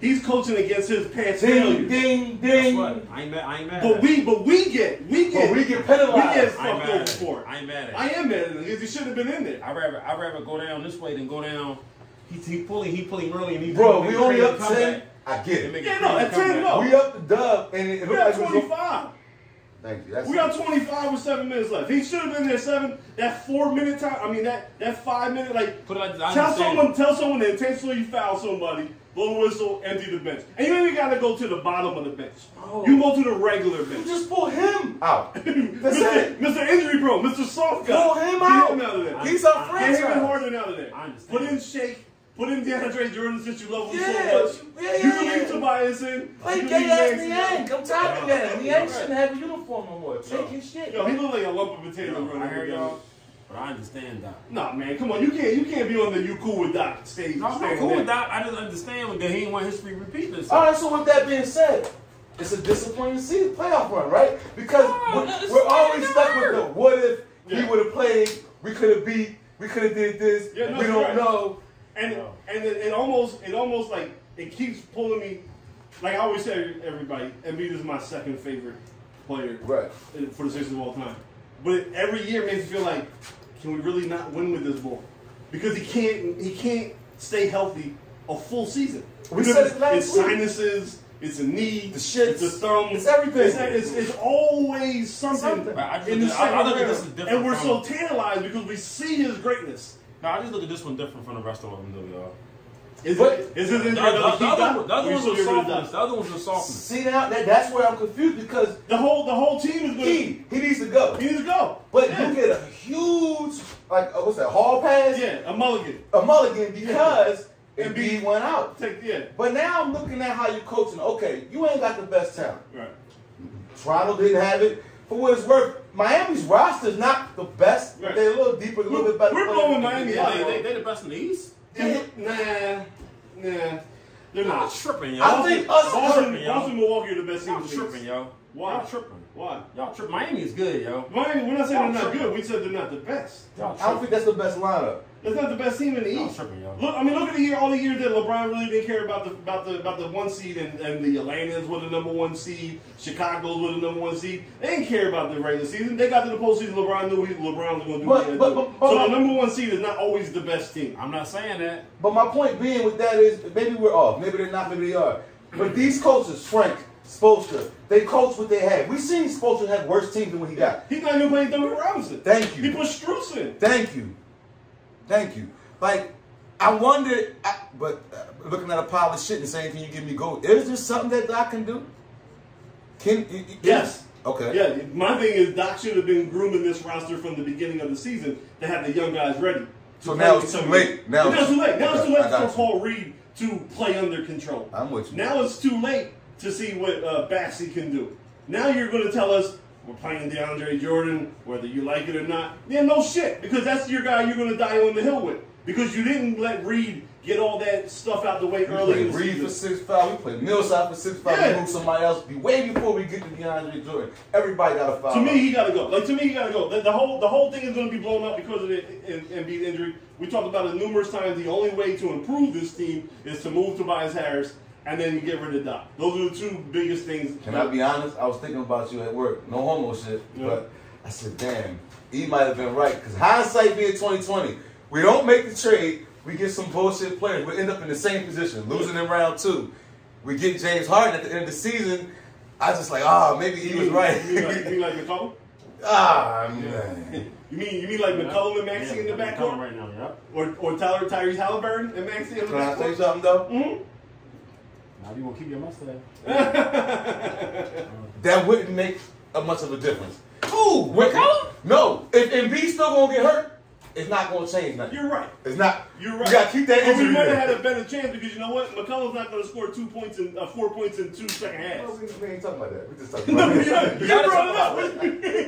Speaker 2: He's coaching against his past
Speaker 3: Ding,
Speaker 2: failures.
Speaker 3: ding,
Speaker 6: That's
Speaker 3: ding.
Speaker 6: what I ain't mad. I ain't mad.
Speaker 2: But we, but we get, we get,
Speaker 3: But we get penalized.
Speaker 2: We get
Speaker 6: I ain't
Speaker 2: fucked
Speaker 6: mad.
Speaker 2: over
Speaker 6: At
Speaker 2: for
Speaker 6: it.
Speaker 2: it.
Speaker 6: I ain't mad. At it.
Speaker 2: I am mad at him because he should have been in there.
Speaker 6: I rather I rather go down this way than go down. He he pulling he pulling early and he
Speaker 3: Bro,
Speaker 6: make
Speaker 3: we
Speaker 6: a
Speaker 3: only
Speaker 6: crazy
Speaker 3: up
Speaker 6: comeback.
Speaker 3: 10. I get
Speaker 6: They
Speaker 3: it.
Speaker 6: make a
Speaker 2: Yeah, no,
Speaker 6: crazy
Speaker 2: at 10,
Speaker 6: comeback.
Speaker 2: no.
Speaker 3: We up the dub, and it
Speaker 2: We
Speaker 3: it looked
Speaker 2: are
Speaker 3: like we was gonna-
Speaker 2: 25.
Speaker 3: Thank you. That's
Speaker 2: We are 25 with seven minutes left. He should have been there seven. That four minute time. I mean that that five minute like.
Speaker 6: Put it like this, I
Speaker 2: Tell
Speaker 6: understand.
Speaker 2: someone, tell someone to intentionally foul somebody, blow the whistle, empty the bench, and you ain't even gotta go to the bottom of the bench.
Speaker 6: Oh.
Speaker 2: You go to the regular bench.
Speaker 3: just pull him out. That's
Speaker 2: Mr.
Speaker 3: it.
Speaker 2: Mr. Injury Pro, Mr. Soft Guy.
Speaker 3: Pull him
Speaker 2: Get
Speaker 3: out.
Speaker 2: him out of there.
Speaker 3: He's our
Speaker 2: Get him and
Speaker 3: franchise.
Speaker 2: Harden out of there.
Speaker 6: I understand.
Speaker 2: Put in Shake. Put in DeAndre Jordan since you love him
Speaker 3: Yeah,
Speaker 2: so much.
Speaker 3: yeah,
Speaker 2: you
Speaker 3: yeah,
Speaker 2: can leave
Speaker 3: yeah.
Speaker 2: Tobias in.
Speaker 3: Play
Speaker 2: you
Speaker 3: gay
Speaker 2: can leave
Speaker 3: ass
Speaker 2: Maxey
Speaker 3: Niang. I'm tired of that. Niang shouldn't have a uniform no more.
Speaker 6: Yo.
Speaker 3: Take his shit.
Speaker 2: Yo, he look like a lump of potato
Speaker 6: Yo,
Speaker 2: running
Speaker 6: I hear
Speaker 2: together.
Speaker 6: y'all, but I understand Doc.
Speaker 2: Nah, man, come on. You can't. You can't be on the you cool with Doc stage.
Speaker 6: No, I'm not
Speaker 2: standing
Speaker 6: cool
Speaker 2: there.
Speaker 6: with Doc. I just understand that he didn't want history repeating
Speaker 2: Uh,
Speaker 6: itself.
Speaker 3: All right, so with that being said, it's a disappointing season playoff run, right? Because
Speaker 6: No,
Speaker 3: we're,
Speaker 6: no, it's
Speaker 3: we're always
Speaker 6: not
Speaker 3: stuck with the
Speaker 6: hurt.
Speaker 3: what if
Speaker 2: Yeah.
Speaker 3: he would have played, we could have beat, we could have did this,
Speaker 2: Yeah, no,
Speaker 3: we
Speaker 2: you're
Speaker 3: don't
Speaker 2: right.
Speaker 3: know.
Speaker 2: And and it, it almost it almost like it keeps pulling me. Like I always say, everybody, Embiid is my second favorite player
Speaker 3: Right.
Speaker 2: in- for the Sixers of all time. But it, every year makes me feel like, can we really not win with this ball? Because he can't he can't stay healthy a full season.
Speaker 3: We
Speaker 2: Because
Speaker 3: said it last
Speaker 2: it's
Speaker 3: week.
Speaker 2: sinuses, it's a knee,
Speaker 3: The shits,
Speaker 2: it's a thumb,
Speaker 3: it's everything.
Speaker 2: It's, it's, it's always something.
Speaker 3: Something.
Speaker 6: But I just
Speaker 2: in the
Speaker 6: look at- I- I
Speaker 2: second
Speaker 6: look at this
Speaker 2: round.
Speaker 6: as different
Speaker 2: and we're
Speaker 6: from-
Speaker 2: so tantalized because we see his greatness.
Speaker 6: No, I just look at this one different from the rest of them, though, y'all.
Speaker 2: Is
Speaker 3: But-
Speaker 2: it, is it in
Speaker 6: The,
Speaker 2: there
Speaker 6: other- the
Speaker 2: that we keep
Speaker 6: other
Speaker 2: that?
Speaker 6: one- the other
Speaker 2: We
Speaker 6: one's
Speaker 2: should
Speaker 6: a
Speaker 2: get rid of
Speaker 6: softness.
Speaker 2: that.
Speaker 6: The other one's a softness.
Speaker 3: See now, that, that's where I'm confused because
Speaker 2: The whole the whole team is good.
Speaker 3: he, he needs to go.
Speaker 2: He needs to go.
Speaker 3: But
Speaker 2: yeah.
Speaker 3: you get a huge, like, uh, what's that, hall pass?
Speaker 2: yeah, a mulligan.
Speaker 3: A mulligan because
Speaker 2: Yeah.
Speaker 3: Embiid went out.
Speaker 2: Take yeah.
Speaker 3: But now I'm looking at how you're coaching. Okay, you ain't got the best talent.
Speaker 2: Right.
Speaker 3: Toronto didn't have it. For what it's worth, Miami's roster's not the best. but
Speaker 2: Right.
Speaker 3: They're a little deeper, a little
Speaker 2: We're-
Speaker 3: bit better.
Speaker 2: we're
Speaker 3: players
Speaker 2: blowing
Speaker 3: than
Speaker 2: Miami
Speaker 3: the
Speaker 2: out.
Speaker 6: They,
Speaker 3: Heat.
Speaker 6: they, they the best in the East.
Speaker 2: Nah, nah. They're
Speaker 6: I'm
Speaker 2: not.
Speaker 6: tripping, yo.
Speaker 3: I think us-
Speaker 2: Boston,
Speaker 6: tripping, y'all.
Speaker 2: Boston, Milwaukee are the best teams.
Speaker 6: Y'all tripping, yo.
Speaker 2: Why?
Speaker 6: Y'all tripping.
Speaker 2: Why?
Speaker 6: Y'all tripping. Miami is good, yo.
Speaker 2: Why? We're not saying
Speaker 6: Y'all
Speaker 2: they're not
Speaker 6: tripping.
Speaker 2: good. We said they're not the best.
Speaker 6: Y'all
Speaker 3: I don't
Speaker 6: tripping.
Speaker 3: think that's the best lineup.
Speaker 2: That's not the best team in the
Speaker 6: Y'all
Speaker 2: East.
Speaker 6: tripping, yo.
Speaker 2: Look, I mean, look at the year, all the years that LeBron really didn't care about the about the about the one seed, and, and the Atlanteans were the number one seed, Chicago's were the number one seed. They didn't care about the regular season. They got to the postseason. LeBron knew he, LeBron was going to do.
Speaker 3: But-
Speaker 2: what he had
Speaker 3: but-
Speaker 2: to do.
Speaker 3: but- but-
Speaker 2: so the number one seed is not always the best team.
Speaker 6: I'm not saying that.
Speaker 3: But my point being with that is maybe we're off, maybe they're not, maybe they are. But these coaches, Frank, Spoelstra, they coach what they had. We seen Spoelstra have worse teams than what he got.
Speaker 2: He's not even playing Duncan Robinson.
Speaker 3: Thank you.
Speaker 2: He put Strus in.
Speaker 3: Thank you. Thank you. Like, I wonder, I, but uh, looking at a pile of shit and saying, can you give me gold? Is there something that I can do? Can y- y-
Speaker 2: Yes.
Speaker 3: Okay.
Speaker 2: Yeah, my thing is Doc should have been grooming this roster from the beginning of the season to have the young guys ready.
Speaker 3: So
Speaker 2: To
Speaker 3: now
Speaker 2: play
Speaker 3: it's
Speaker 2: with
Speaker 3: too
Speaker 2: somebody.
Speaker 3: late. Now
Speaker 2: it's too late. Now it's
Speaker 3: Okay,
Speaker 2: too
Speaker 3: I
Speaker 2: late
Speaker 3: got
Speaker 2: for
Speaker 3: you.
Speaker 2: Paul Reed to play under control.
Speaker 3: I'm with you.
Speaker 2: Now it's too late to see what uh, Bassie can do. Now you're going to tell us we're playing DeAndre Jordan, whether you like it or not. Yeah, no shit, because that's your guy you're going to die on the hill with. Because you didn't let Reed get all that stuff out the way
Speaker 3: We
Speaker 2: early in
Speaker 3: played
Speaker 2: the
Speaker 3: Reed
Speaker 2: season.
Speaker 3: for six five. We played Millsap for six five.
Speaker 2: Yeah.
Speaker 3: We moved somebody else be way before we get to DeAndre Jordan. Everybody got a foul.
Speaker 2: To me, he got to go. Like to me, he got to go. The, the whole the whole thing is going to be blown up because of the Em- Embiid injury. We talked about it numerous times. The only way to improve this team is to move Tobias Harris and then you get rid of Doc. Those are the two biggest things.
Speaker 3: Can I be honest? I was thinking about you at work. No homo shit.
Speaker 2: Yeah.
Speaker 3: But I said, damn, he might have been right. Because hindsight being 2020, we don't make the trade, we get some bullshit players. We end up in the same position, losing in round two. We get James Harden at the end of the season. I was just like, ah, maybe he
Speaker 2: You mean-
Speaker 3: was
Speaker 2: You mean like, you
Speaker 3: right.
Speaker 2: mean like McCollum?
Speaker 3: ah, man.
Speaker 2: You mean you mean like McCollum and Maxey in the
Speaker 6: Yeah,
Speaker 2: backcourt,
Speaker 6: right now, yep.
Speaker 2: or or Tyler Tyrese Halliburton and Maxey in the
Speaker 3: Can I say
Speaker 2: backcourt?
Speaker 3: something, though?
Speaker 6: Now you gonna keep your mustache.
Speaker 3: that wouldn't make a much of a difference. Who? McCollum? No. If Embiid's still gonna get hurt, it's not gonna change nothing.
Speaker 2: You're right.
Speaker 3: It's not.
Speaker 2: You're right.
Speaker 3: You gotta keep that
Speaker 2: But
Speaker 3: injury.
Speaker 2: We might have had
Speaker 3: there.
Speaker 2: a better chance because you know what? McCollum's not going to score two points in uh, four points in two second halves.
Speaker 3: We we ain't talking about that. We just talking
Speaker 2: no,
Speaker 3: about
Speaker 2: you,
Speaker 3: this.
Speaker 2: you brought it up.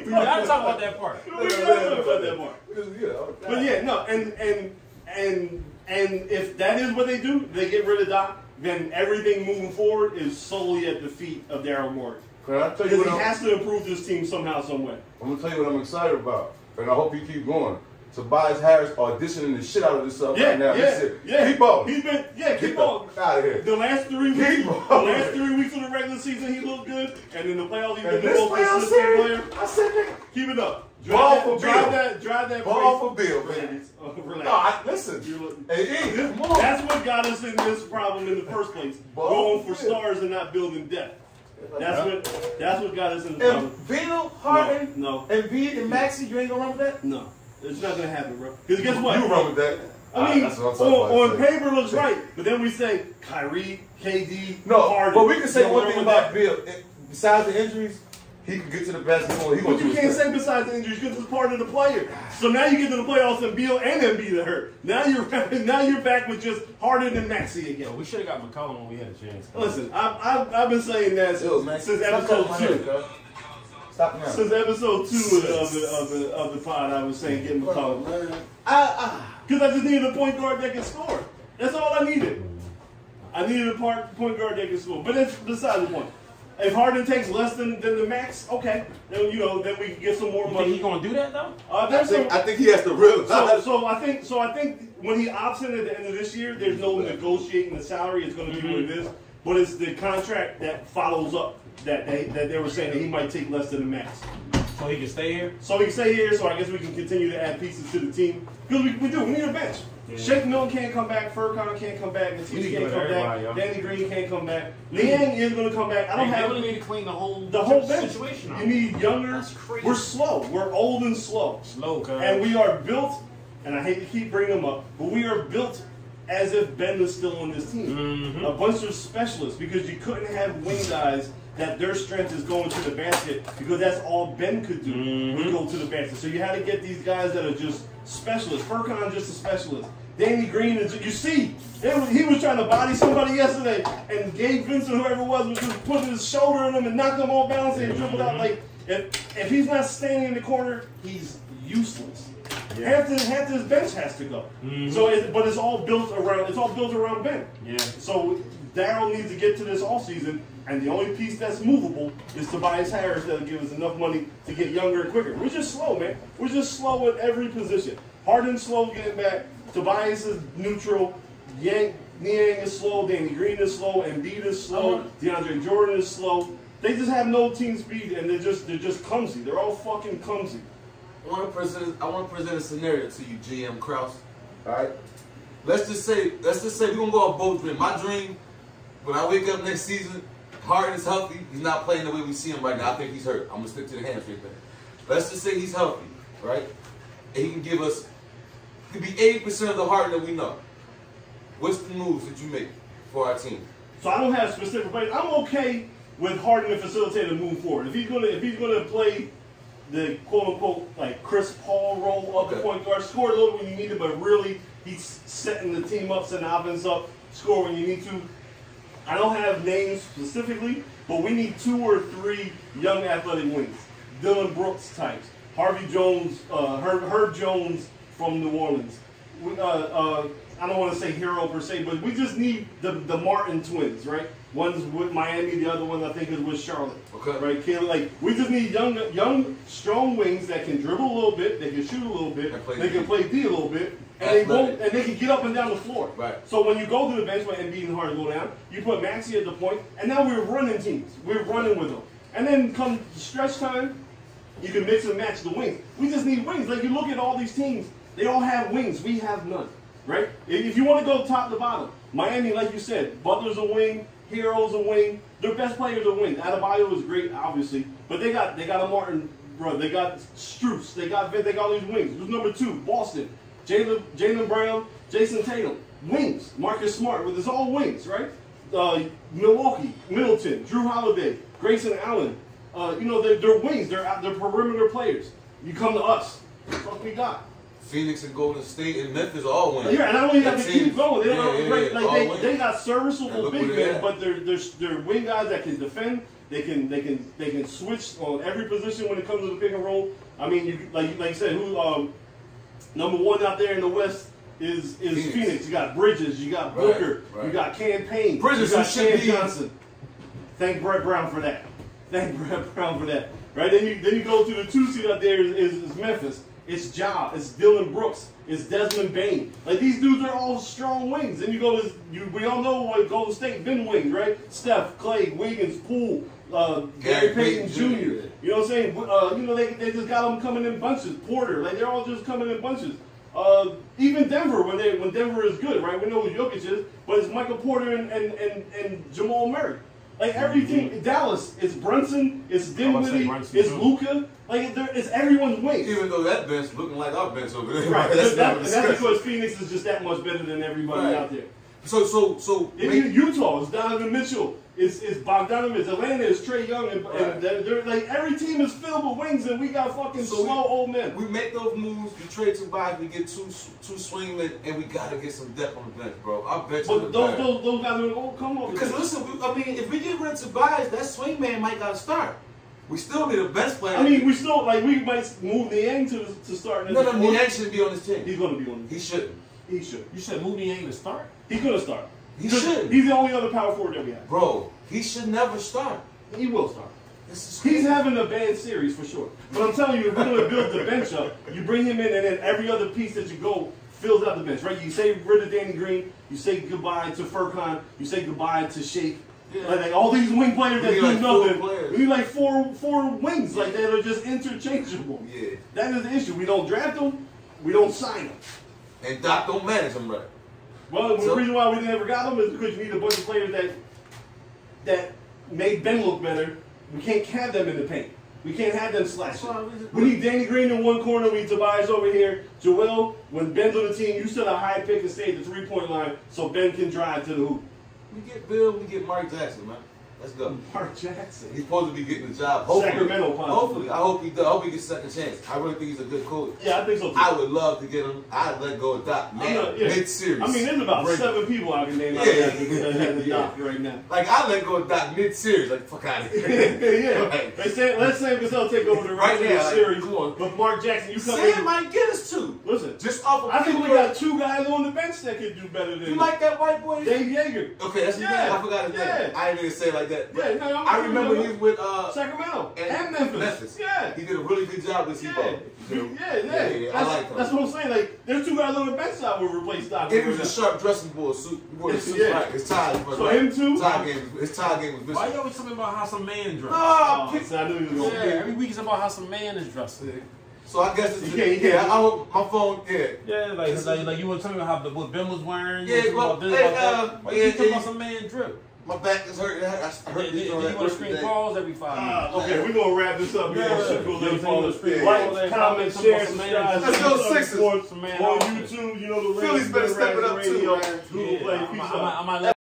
Speaker 6: You gotta talk about that part.
Speaker 2: We gotta talk about that more.
Speaker 3: We just- yeah, okay.
Speaker 2: But yeah, no, and and and and if that is what they do, they get rid of Doc. Then everything moving forward is solely at the feet of Daryl Morey
Speaker 3: Can I tell you
Speaker 2: because
Speaker 3: what
Speaker 2: he
Speaker 3: I'm,
Speaker 2: has to improve this team somehow, some way.
Speaker 3: I'm gonna tell you what I'm excited about, and I hope you keep going. Tobias Harris auditioning the shit out of himself
Speaker 2: Yeah,
Speaker 3: right now.
Speaker 2: yeah,
Speaker 3: This shit.
Speaker 2: yeah.
Speaker 3: Keep on.
Speaker 2: He's been yeah,
Speaker 3: Get
Speaker 2: keep
Speaker 3: the
Speaker 2: on.
Speaker 3: out of here.
Speaker 2: The last three
Speaker 3: Keep
Speaker 2: weeks, the
Speaker 3: on.
Speaker 2: last three weeks of the regular season, he looked good, and in the playoffs, he's been
Speaker 3: and
Speaker 2: the
Speaker 3: this
Speaker 2: most
Speaker 3: playoff
Speaker 2: consistent
Speaker 3: series,
Speaker 2: player.
Speaker 3: I said, nigga,
Speaker 2: Keep it up.
Speaker 3: Ball
Speaker 2: Drive
Speaker 3: for
Speaker 2: that, drive
Speaker 3: Bill.
Speaker 2: that, drive that.
Speaker 3: ball
Speaker 2: brace.
Speaker 3: for Bill, baby.
Speaker 2: Relax. Oh, relax.
Speaker 3: No, I, listen.
Speaker 2: You're looking-
Speaker 3: Hey, E, come on.
Speaker 2: That's what got us in this problem in the first place.
Speaker 3: Ball
Speaker 2: Going for
Speaker 3: for Bill.
Speaker 2: stars and not building depth. That's what. That's what got us in the problem.
Speaker 3: If Bill, Harden,
Speaker 2: No, no.
Speaker 3: and Embiid, and Maxi, you ain't gonna run with that?
Speaker 2: No, it's not gonna happen, bro. Because guess what?
Speaker 3: You run with that.
Speaker 2: I mean,
Speaker 3: That's what I'm
Speaker 2: on,
Speaker 3: talking about.
Speaker 2: on paper looks right, but then we say Kyrie, KD,
Speaker 3: No,
Speaker 2: Harden.
Speaker 3: but we can say
Speaker 2: Don't
Speaker 3: one
Speaker 2: run
Speaker 3: thing
Speaker 2: with that.
Speaker 3: about Bill. It- Besides the injuries, he can get to the basket. He gonna
Speaker 2: But
Speaker 3: do
Speaker 2: you
Speaker 3: his
Speaker 2: can't
Speaker 3: thing.
Speaker 2: say besides the injuries because it's part of the player. So now you get to the playoffs and Beal and Embiid are hurt. Now you're now you're back with just Harden and Maxi
Speaker 6: Yo,
Speaker 2: again.
Speaker 6: we should have got McCollum when we had a chance.
Speaker 2: Listen, I've, I've, I've been saying that
Speaker 3: Yo, man,
Speaker 2: since
Speaker 3: stop
Speaker 2: episode
Speaker 3: cutting my hair,
Speaker 2: two.
Speaker 3: girl. Stop now.
Speaker 2: Since episode two of the, of the of the of the pod, I was saying get
Speaker 5: Oh,
Speaker 2: McCollum
Speaker 5: man.
Speaker 2: because I just needed a point guard that can score. That's all I needed. I needed a part, point guard that can score. But that's beside the point. If Harden takes less than, than the max, okay, then you know then we can get some more
Speaker 6: You think he
Speaker 2: money.
Speaker 6: gonna do that though?
Speaker 2: Uh,
Speaker 3: I
Speaker 2: there's some-
Speaker 3: think, I think he has to realize.
Speaker 2: So, so I think so I think when he opts in at the end of this year, there's no negotiating the salary. It's going to be what it is, but it's the contract that follows up that they that they were saying that he might take less than the max.
Speaker 6: So he can stay here.
Speaker 2: So he can stay here. So I guess we can continue to add pieces to the team because we, we do. We need a bench. Shake Milton can't come back. Furcon can't come back.
Speaker 6: We need to
Speaker 2: Matisse
Speaker 6: get rid
Speaker 2: can't
Speaker 6: of
Speaker 2: come back.
Speaker 6: everybody, yo.
Speaker 2: Danny Green can't come back. Liang is going to come back. I don't
Speaker 6: They
Speaker 2: have
Speaker 6: really need to clean the whole
Speaker 2: the whole bench.
Speaker 6: situation. up.
Speaker 2: You need younger.
Speaker 6: That's crazy.
Speaker 2: We're slow. We're old and slow.
Speaker 6: slow, cuz.
Speaker 2: And we are built, and I hate to keep bringing them up, but we are built as if Ben was still on this team. A bunch of specialists because you couldn't have wing guys that their strength is going to the basket because that's all Ben could do was go to the basket. So you had to get these guys that are just specialists. Furcon just a specialist. Danny Green is you see, they was- he was trying to body somebody yesterday, and Gabe Vincent, whoever it was, was just putting his shoulder in him and knocked him off balance and he dribbled out like if, if he's not standing in the corner, he's useless. Half, the, half this bench has to go. So, it, but it's all built around. It's all built around Ben.
Speaker 6: Yeah.
Speaker 2: So Daryl needs to get to this offseason, and the only piece that's movable is Tobias Harris that'll give us enough money to get younger and quicker. We're just slow, man. We're just slow at every position. Harden's slow getting back. Tobias is neutral. Yang, Niang is slow. Danny Green is slow. Embiid is slow. DeAndre Jordan is slow. They just have no team speed, and they're just they're just clumsy. They're all fucking clumsy.
Speaker 3: I want to present. I want to present a scenario to you, GM Kraus. All right. Let's just say. Let's just say we're gonna go on both dream. My dream, when I wake up next season, Harden's healthy. He's not playing the way we see him right now. I think he's hurt. I'm gonna stick to the hamstring thing. Let's just say he's healthy, right? And he can give us. He could be 80% of the Harden that we know. What's the moves that you make for our team?
Speaker 2: So I don't have specific plays. I'm okay with Harden the facilitator move forward. If he's gonna if he's gonna play the quote unquote like Chris Paul role of the
Speaker 3: Okay.
Speaker 2: point guard, score a little when you need it, but really he's setting the team up, setting the offense up, score when you need to. I don't have names specifically, but we need two or three young athletic wings. Dylan Brooks types. Harvey Jones, uh, Herb, Herb Jones from New Orleans. We, uh, uh, I don't want to say hero per se, but we just need the, the Martin twins, right? One's with Miami, the other one I think is with Charlotte.
Speaker 3: Okay.
Speaker 2: Right, Kid, like we just need young, young, strong wings that can dribble a little bit, they can shoot a little bit,
Speaker 3: And play
Speaker 2: they
Speaker 3: D.
Speaker 2: can play D a little bit, and they
Speaker 3: Athletic.
Speaker 2: won't, and they can get up and down the floor.
Speaker 3: Right.
Speaker 2: So when you go to the bench when Embiid and Harden go down, you put Maxi at the point, and now we're running teams. We're running with them. And then come stretch time, you can mix and match the wings. We just need wings. Like you look at all these teams, they all have wings. We have none, right? If if you want to go top to bottom, Miami, like you said, Butler's a wing, Hero's a wing. Their best players are wing. Adebayo is great, obviously, but they got they got a Martin, bro. They got Struess. They got they got all these wings. Who's number two? Boston, Jalen Jalen Brown, Jason Tatum, wings. Marcus Smart, with his all wings, right? Uh, Milwaukee, Middleton, Drew Holiday, Grayson Allen, uh, you know, they're, they're wings. They're out- they're perimeter players. You come to us. What the fuck we got?
Speaker 3: Phoenix and Golden State and Memphis all win.
Speaker 2: Yeah, and I don't even
Speaker 3: That
Speaker 2: have to
Speaker 3: team-
Speaker 2: keep going. They don't
Speaker 3: yeah,
Speaker 2: have to
Speaker 3: yeah,
Speaker 2: break-
Speaker 3: yeah,
Speaker 2: like,
Speaker 3: all
Speaker 2: they,
Speaker 3: win.
Speaker 2: they got
Speaker 3: And
Speaker 2: serviceable
Speaker 3: look
Speaker 2: big
Speaker 3: where they're
Speaker 2: men,
Speaker 3: at.
Speaker 2: but they're, they're they're wing guys that can defend. They can they can they can switch on every position when it comes to the pick and roll. I mean, you like like you said, who um number one out there in the West is is
Speaker 3: Phoenix.
Speaker 2: Phoenix. You got Bridges, you got
Speaker 3: Right,
Speaker 2: Booker,
Speaker 3: right.
Speaker 2: you got Campaign,
Speaker 3: Bridges,
Speaker 2: you
Speaker 3: who
Speaker 2: got
Speaker 3: should
Speaker 2: Cam
Speaker 3: be-
Speaker 2: Johnson. Thank Brett Brown for that. Thank Brett Brown for that. Right? Then you then you go to the two seed out there is, is, is Memphis. It's Ja. It's Dylan Brooks. It's Desmond Bain. Like these dudes are all strong wings. Then you go to you, we all know what Golden State been wings, right? Steph, Clay, Wiggins, Poole, uh, Gary,
Speaker 3: Gary
Speaker 2: Payton,
Speaker 3: Payton
Speaker 2: Jr.
Speaker 3: Jr..
Speaker 2: You know what I'm saying? Uh, you know they, they just got them coming in bunches. Porter, like they're all just coming in bunches. Uh, even Denver when they when Denver is good, right? We know who Jokic is, but it's Michael Porter and and and, and Jamal Murray. Like every team, Dallas, it's Brunson, it's gonna Mm-hmm. say Dinwiddie, Brunson, it's too. Luca. Like there, it's everyone's wings.
Speaker 3: Even though that bench looking like our bench over there.
Speaker 2: right, that's,
Speaker 3: not
Speaker 2: that,
Speaker 3: a
Speaker 2: that's
Speaker 3: discussion.
Speaker 2: because Phoenix is just that much better than everybody
Speaker 3: Right.
Speaker 2: out there.
Speaker 3: So so so
Speaker 2: If
Speaker 3: make-
Speaker 2: you- Utah is Donovan Mitchell. It's, it's Bogdanovich. Atlanta is Trey Young. And,
Speaker 3: Right.
Speaker 2: and they're, they're- like, every team is filled with wings, and we got fucking
Speaker 3: So we-
Speaker 2: slow old men.
Speaker 3: We make those moves, we trade Tobias, we get two two swingmen, and we gotta get some depth on the bench, bro. Our bench
Speaker 2: But
Speaker 3: is
Speaker 2: those,
Speaker 3: bad.
Speaker 2: those, those guys are going to come over.
Speaker 3: Because listen, we, I mean, if we get rid of Tobias, that swingman might gotta start. We still need a bench player.
Speaker 2: I mean, we still, like, we might move the end to, to start.
Speaker 3: no, no, Niang should be on this team.
Speaker 2: He's going to be on
Speaker 3: He shouldn't,
Speaker 2: He should.
Speaker 6: You said Mooney ain't to start.
Speaker 2: He could have started.
Speaker 3: He
Speaker 2: Just-
Speaker 3: should.
Speaker 2: He's the only other power forward that we have.
Speaker 3: bro. He should never start.
Speaker 2: He will start.
Speaker 3: This is
Speaker 2: He's having a bad series for sure. But I'm telling you, if we're going to build the bench up, you bring him in, and then every other piece that you go fills out the bench, right? You say rid of Danny Green, you say goodbye to Furkan, you say goodbye to Shake.
Speaker 3: Yeah.
Speaker 2: Like, like all these wing players
Speaker 3: We
Speaker 2: that
Speaker 3: need
Speaker 2: do
Speaker 3: like four
Speaker 2: nothing.
Speaker 3: players.
Speaker 2: We need like four four wings like that are just interchangeable.
Speaker 3: Yeah.
Speaker 2: That is the issue. We don't draft them, we don't sign them.
Speaker 3: and Doc don't manage him right.
Speaker 2: Well,
Speaker 3: So-
Speaker 2: the reason why we never got him is because you need a bunch of players that that make Ben look better. We can't have them in the paint. We can't have them slashing.
Speaker 3: Well, we just-
Speaker 2: We need Danny Green in one corner. We need Tobias over here. Joel, when Ben's on the team, you set a high pick and stay at the three point line so Ben can drive to the hoop.
Speaker 3: We get Bill, we get Mark Jackson, man. Let's go.
Speaker 2: Mark Jackson.
Speaker 3: He's supposed to be getting the job. Hopefully,
Speaker 2: Sacramento, possibly.
Speaker 3: hopefully, I hope he does. I hope he gets a second chance. I really think he's a good coach.
Speaker 2: Yeah, I think so too.
Speaker 3: I would love to get him. I'd let go of Doc
Speaker 2: I'm
Speaker 3: now,
Speaker 2: not- yeah.
Speaker 3: mid series.
Speaker 2: I mean, there's about
Speaker 3: Break.
Speaker 2: seven people I can name out
Speaker 3: Yeah.
Speaker 2: there that have the dock right now.
Speaker 3: Like I let go of Doc mid series. Like fuck out of
Speaker 2: yeah,
Speaker 3: here.
Speaker 2: yeah.
Speaker 3: Like,
Speaker 2: If Sam, let Sam Gazelle take over the rest
Speaker 3: Right
Speaker 2: of the
Speaker 3: now, like,
Speaker 2: series.
Speaker 3: come on.
Speaker 2: But Mark Jackson, you come
Speaker 3: Sam
Speaker 2: in.
Speaker 3: might get us two.
Speaker 2: Listen,
Speaker 3: Just off of
Speaker 2: I think we
Speaker 3: pure-
Speaker 2: got two guys on the bench that could do better than
Speaker 3: You like that white boy?
Speaker 2: Dave Yeager.
Speaker 3: Okay, that's
Speaker 2: Yeah,
Speaker 3: yeah, I forgot his
Speaker 2: yeah.
Speaker 3: name. I didn't even say it like that. but
Speaker 2: Yeah, no, I'm-
Speaker 3: I remember he was with uh
Speaker 2: Sacramento and, Memphis.
Speaker 3: Memphis.
Speaker 2: Yeah.
Speaker 3: He did a really good job with
Speaker 2: Yeah.
Speaker 3: Tebow.
Speaker 2: Yeah, yeah,
Speaker 3: yeah, yeah, I
Speaker 2: That's,
Speaker 3: like him.
Speaker 2: that's what I'm saying. Like, there's two guys on the bench that would replace Doc.
Speaker 3: It was a
Speaker 2: Rivers.
Speaker 3: sharp dressing boy suit. He wore a suit,
Speaker 2: Yeah.
Speaker 3: right? His tie, was
Speaker 2: So
Speaker 3: right.
Speaker 2: him too?
Speaker 3: Tie game. His tie game was vicious.
Speaker 6: Why you always talking about how some man dress?
Speaker 3: Ah,
Speaker 2: Oh,
Speaker 3: pick-
Speaker 2: so I knew he was
Speaker 6: yeah,
Speaker 2: going
Speaker 6: every week it's about how some man is dressing.
Speaker 3: So I guess it's
Speaker 2: You can't- you
Speaker 3: yeah.
Speaker 2: can't-
Speaker 3: I hope my phone. Yeah.
Speaker 6: Yeah, like, like, like you were talking about how the, what Ben was wearing.
Speaker 3: Yeah,
Speaker 6: you were talking about
Speaker 3: well,
Speaker 6: this,
Speaker 3: hey,
Speaker 6: about that.
Speaker 3: uh,
Speaker 6: Why you keep talking
Speaker 3: yeah,
Speaker 6: about
Speaker 3: yeah.
Speaker 6: some man drip?
Speaker 3: My back is hurt. I, I
Speaker 6: Yeah,
Speaker 3: hurt this
Speaker 6: yeah,
Speaker 3: on
Speaker 6: You want
Speaker 3: that
Speaker 6: to
Speaker 3: first
Speaker 6: screen
Speaker 3: day.
Speaker 6: balls every five minutes.
Speaker 2: Ah, okay, we're gonna wrap this up.
Speaker 6: Yeah.
Speaker 2: Yeah. Shit goes
Speaker 6: Yeah,
Speaker 2: on.
Speaker 6: you follow the street.
Speaker 2: Like, comment, share, subscribe.
Speaker 3: Let's go Sixers.
Speaker 2: Sports
Speaker 6: Some
Speaker 2: on
Speaker 6: man outfit.
Speaker 2: YouTube. You know the
Speaker 3: Philly's better step it up too,
Speaker 2: Radio,
Speaker 3: man.
Speaker 2: Google
Speaker 6: Yeah,
Speaker 2: Play.
Speaker 6: I
Speaker 2: Peace
Speaker 6: might- I
Speaker 2: out.
Speaker 6: might- I might let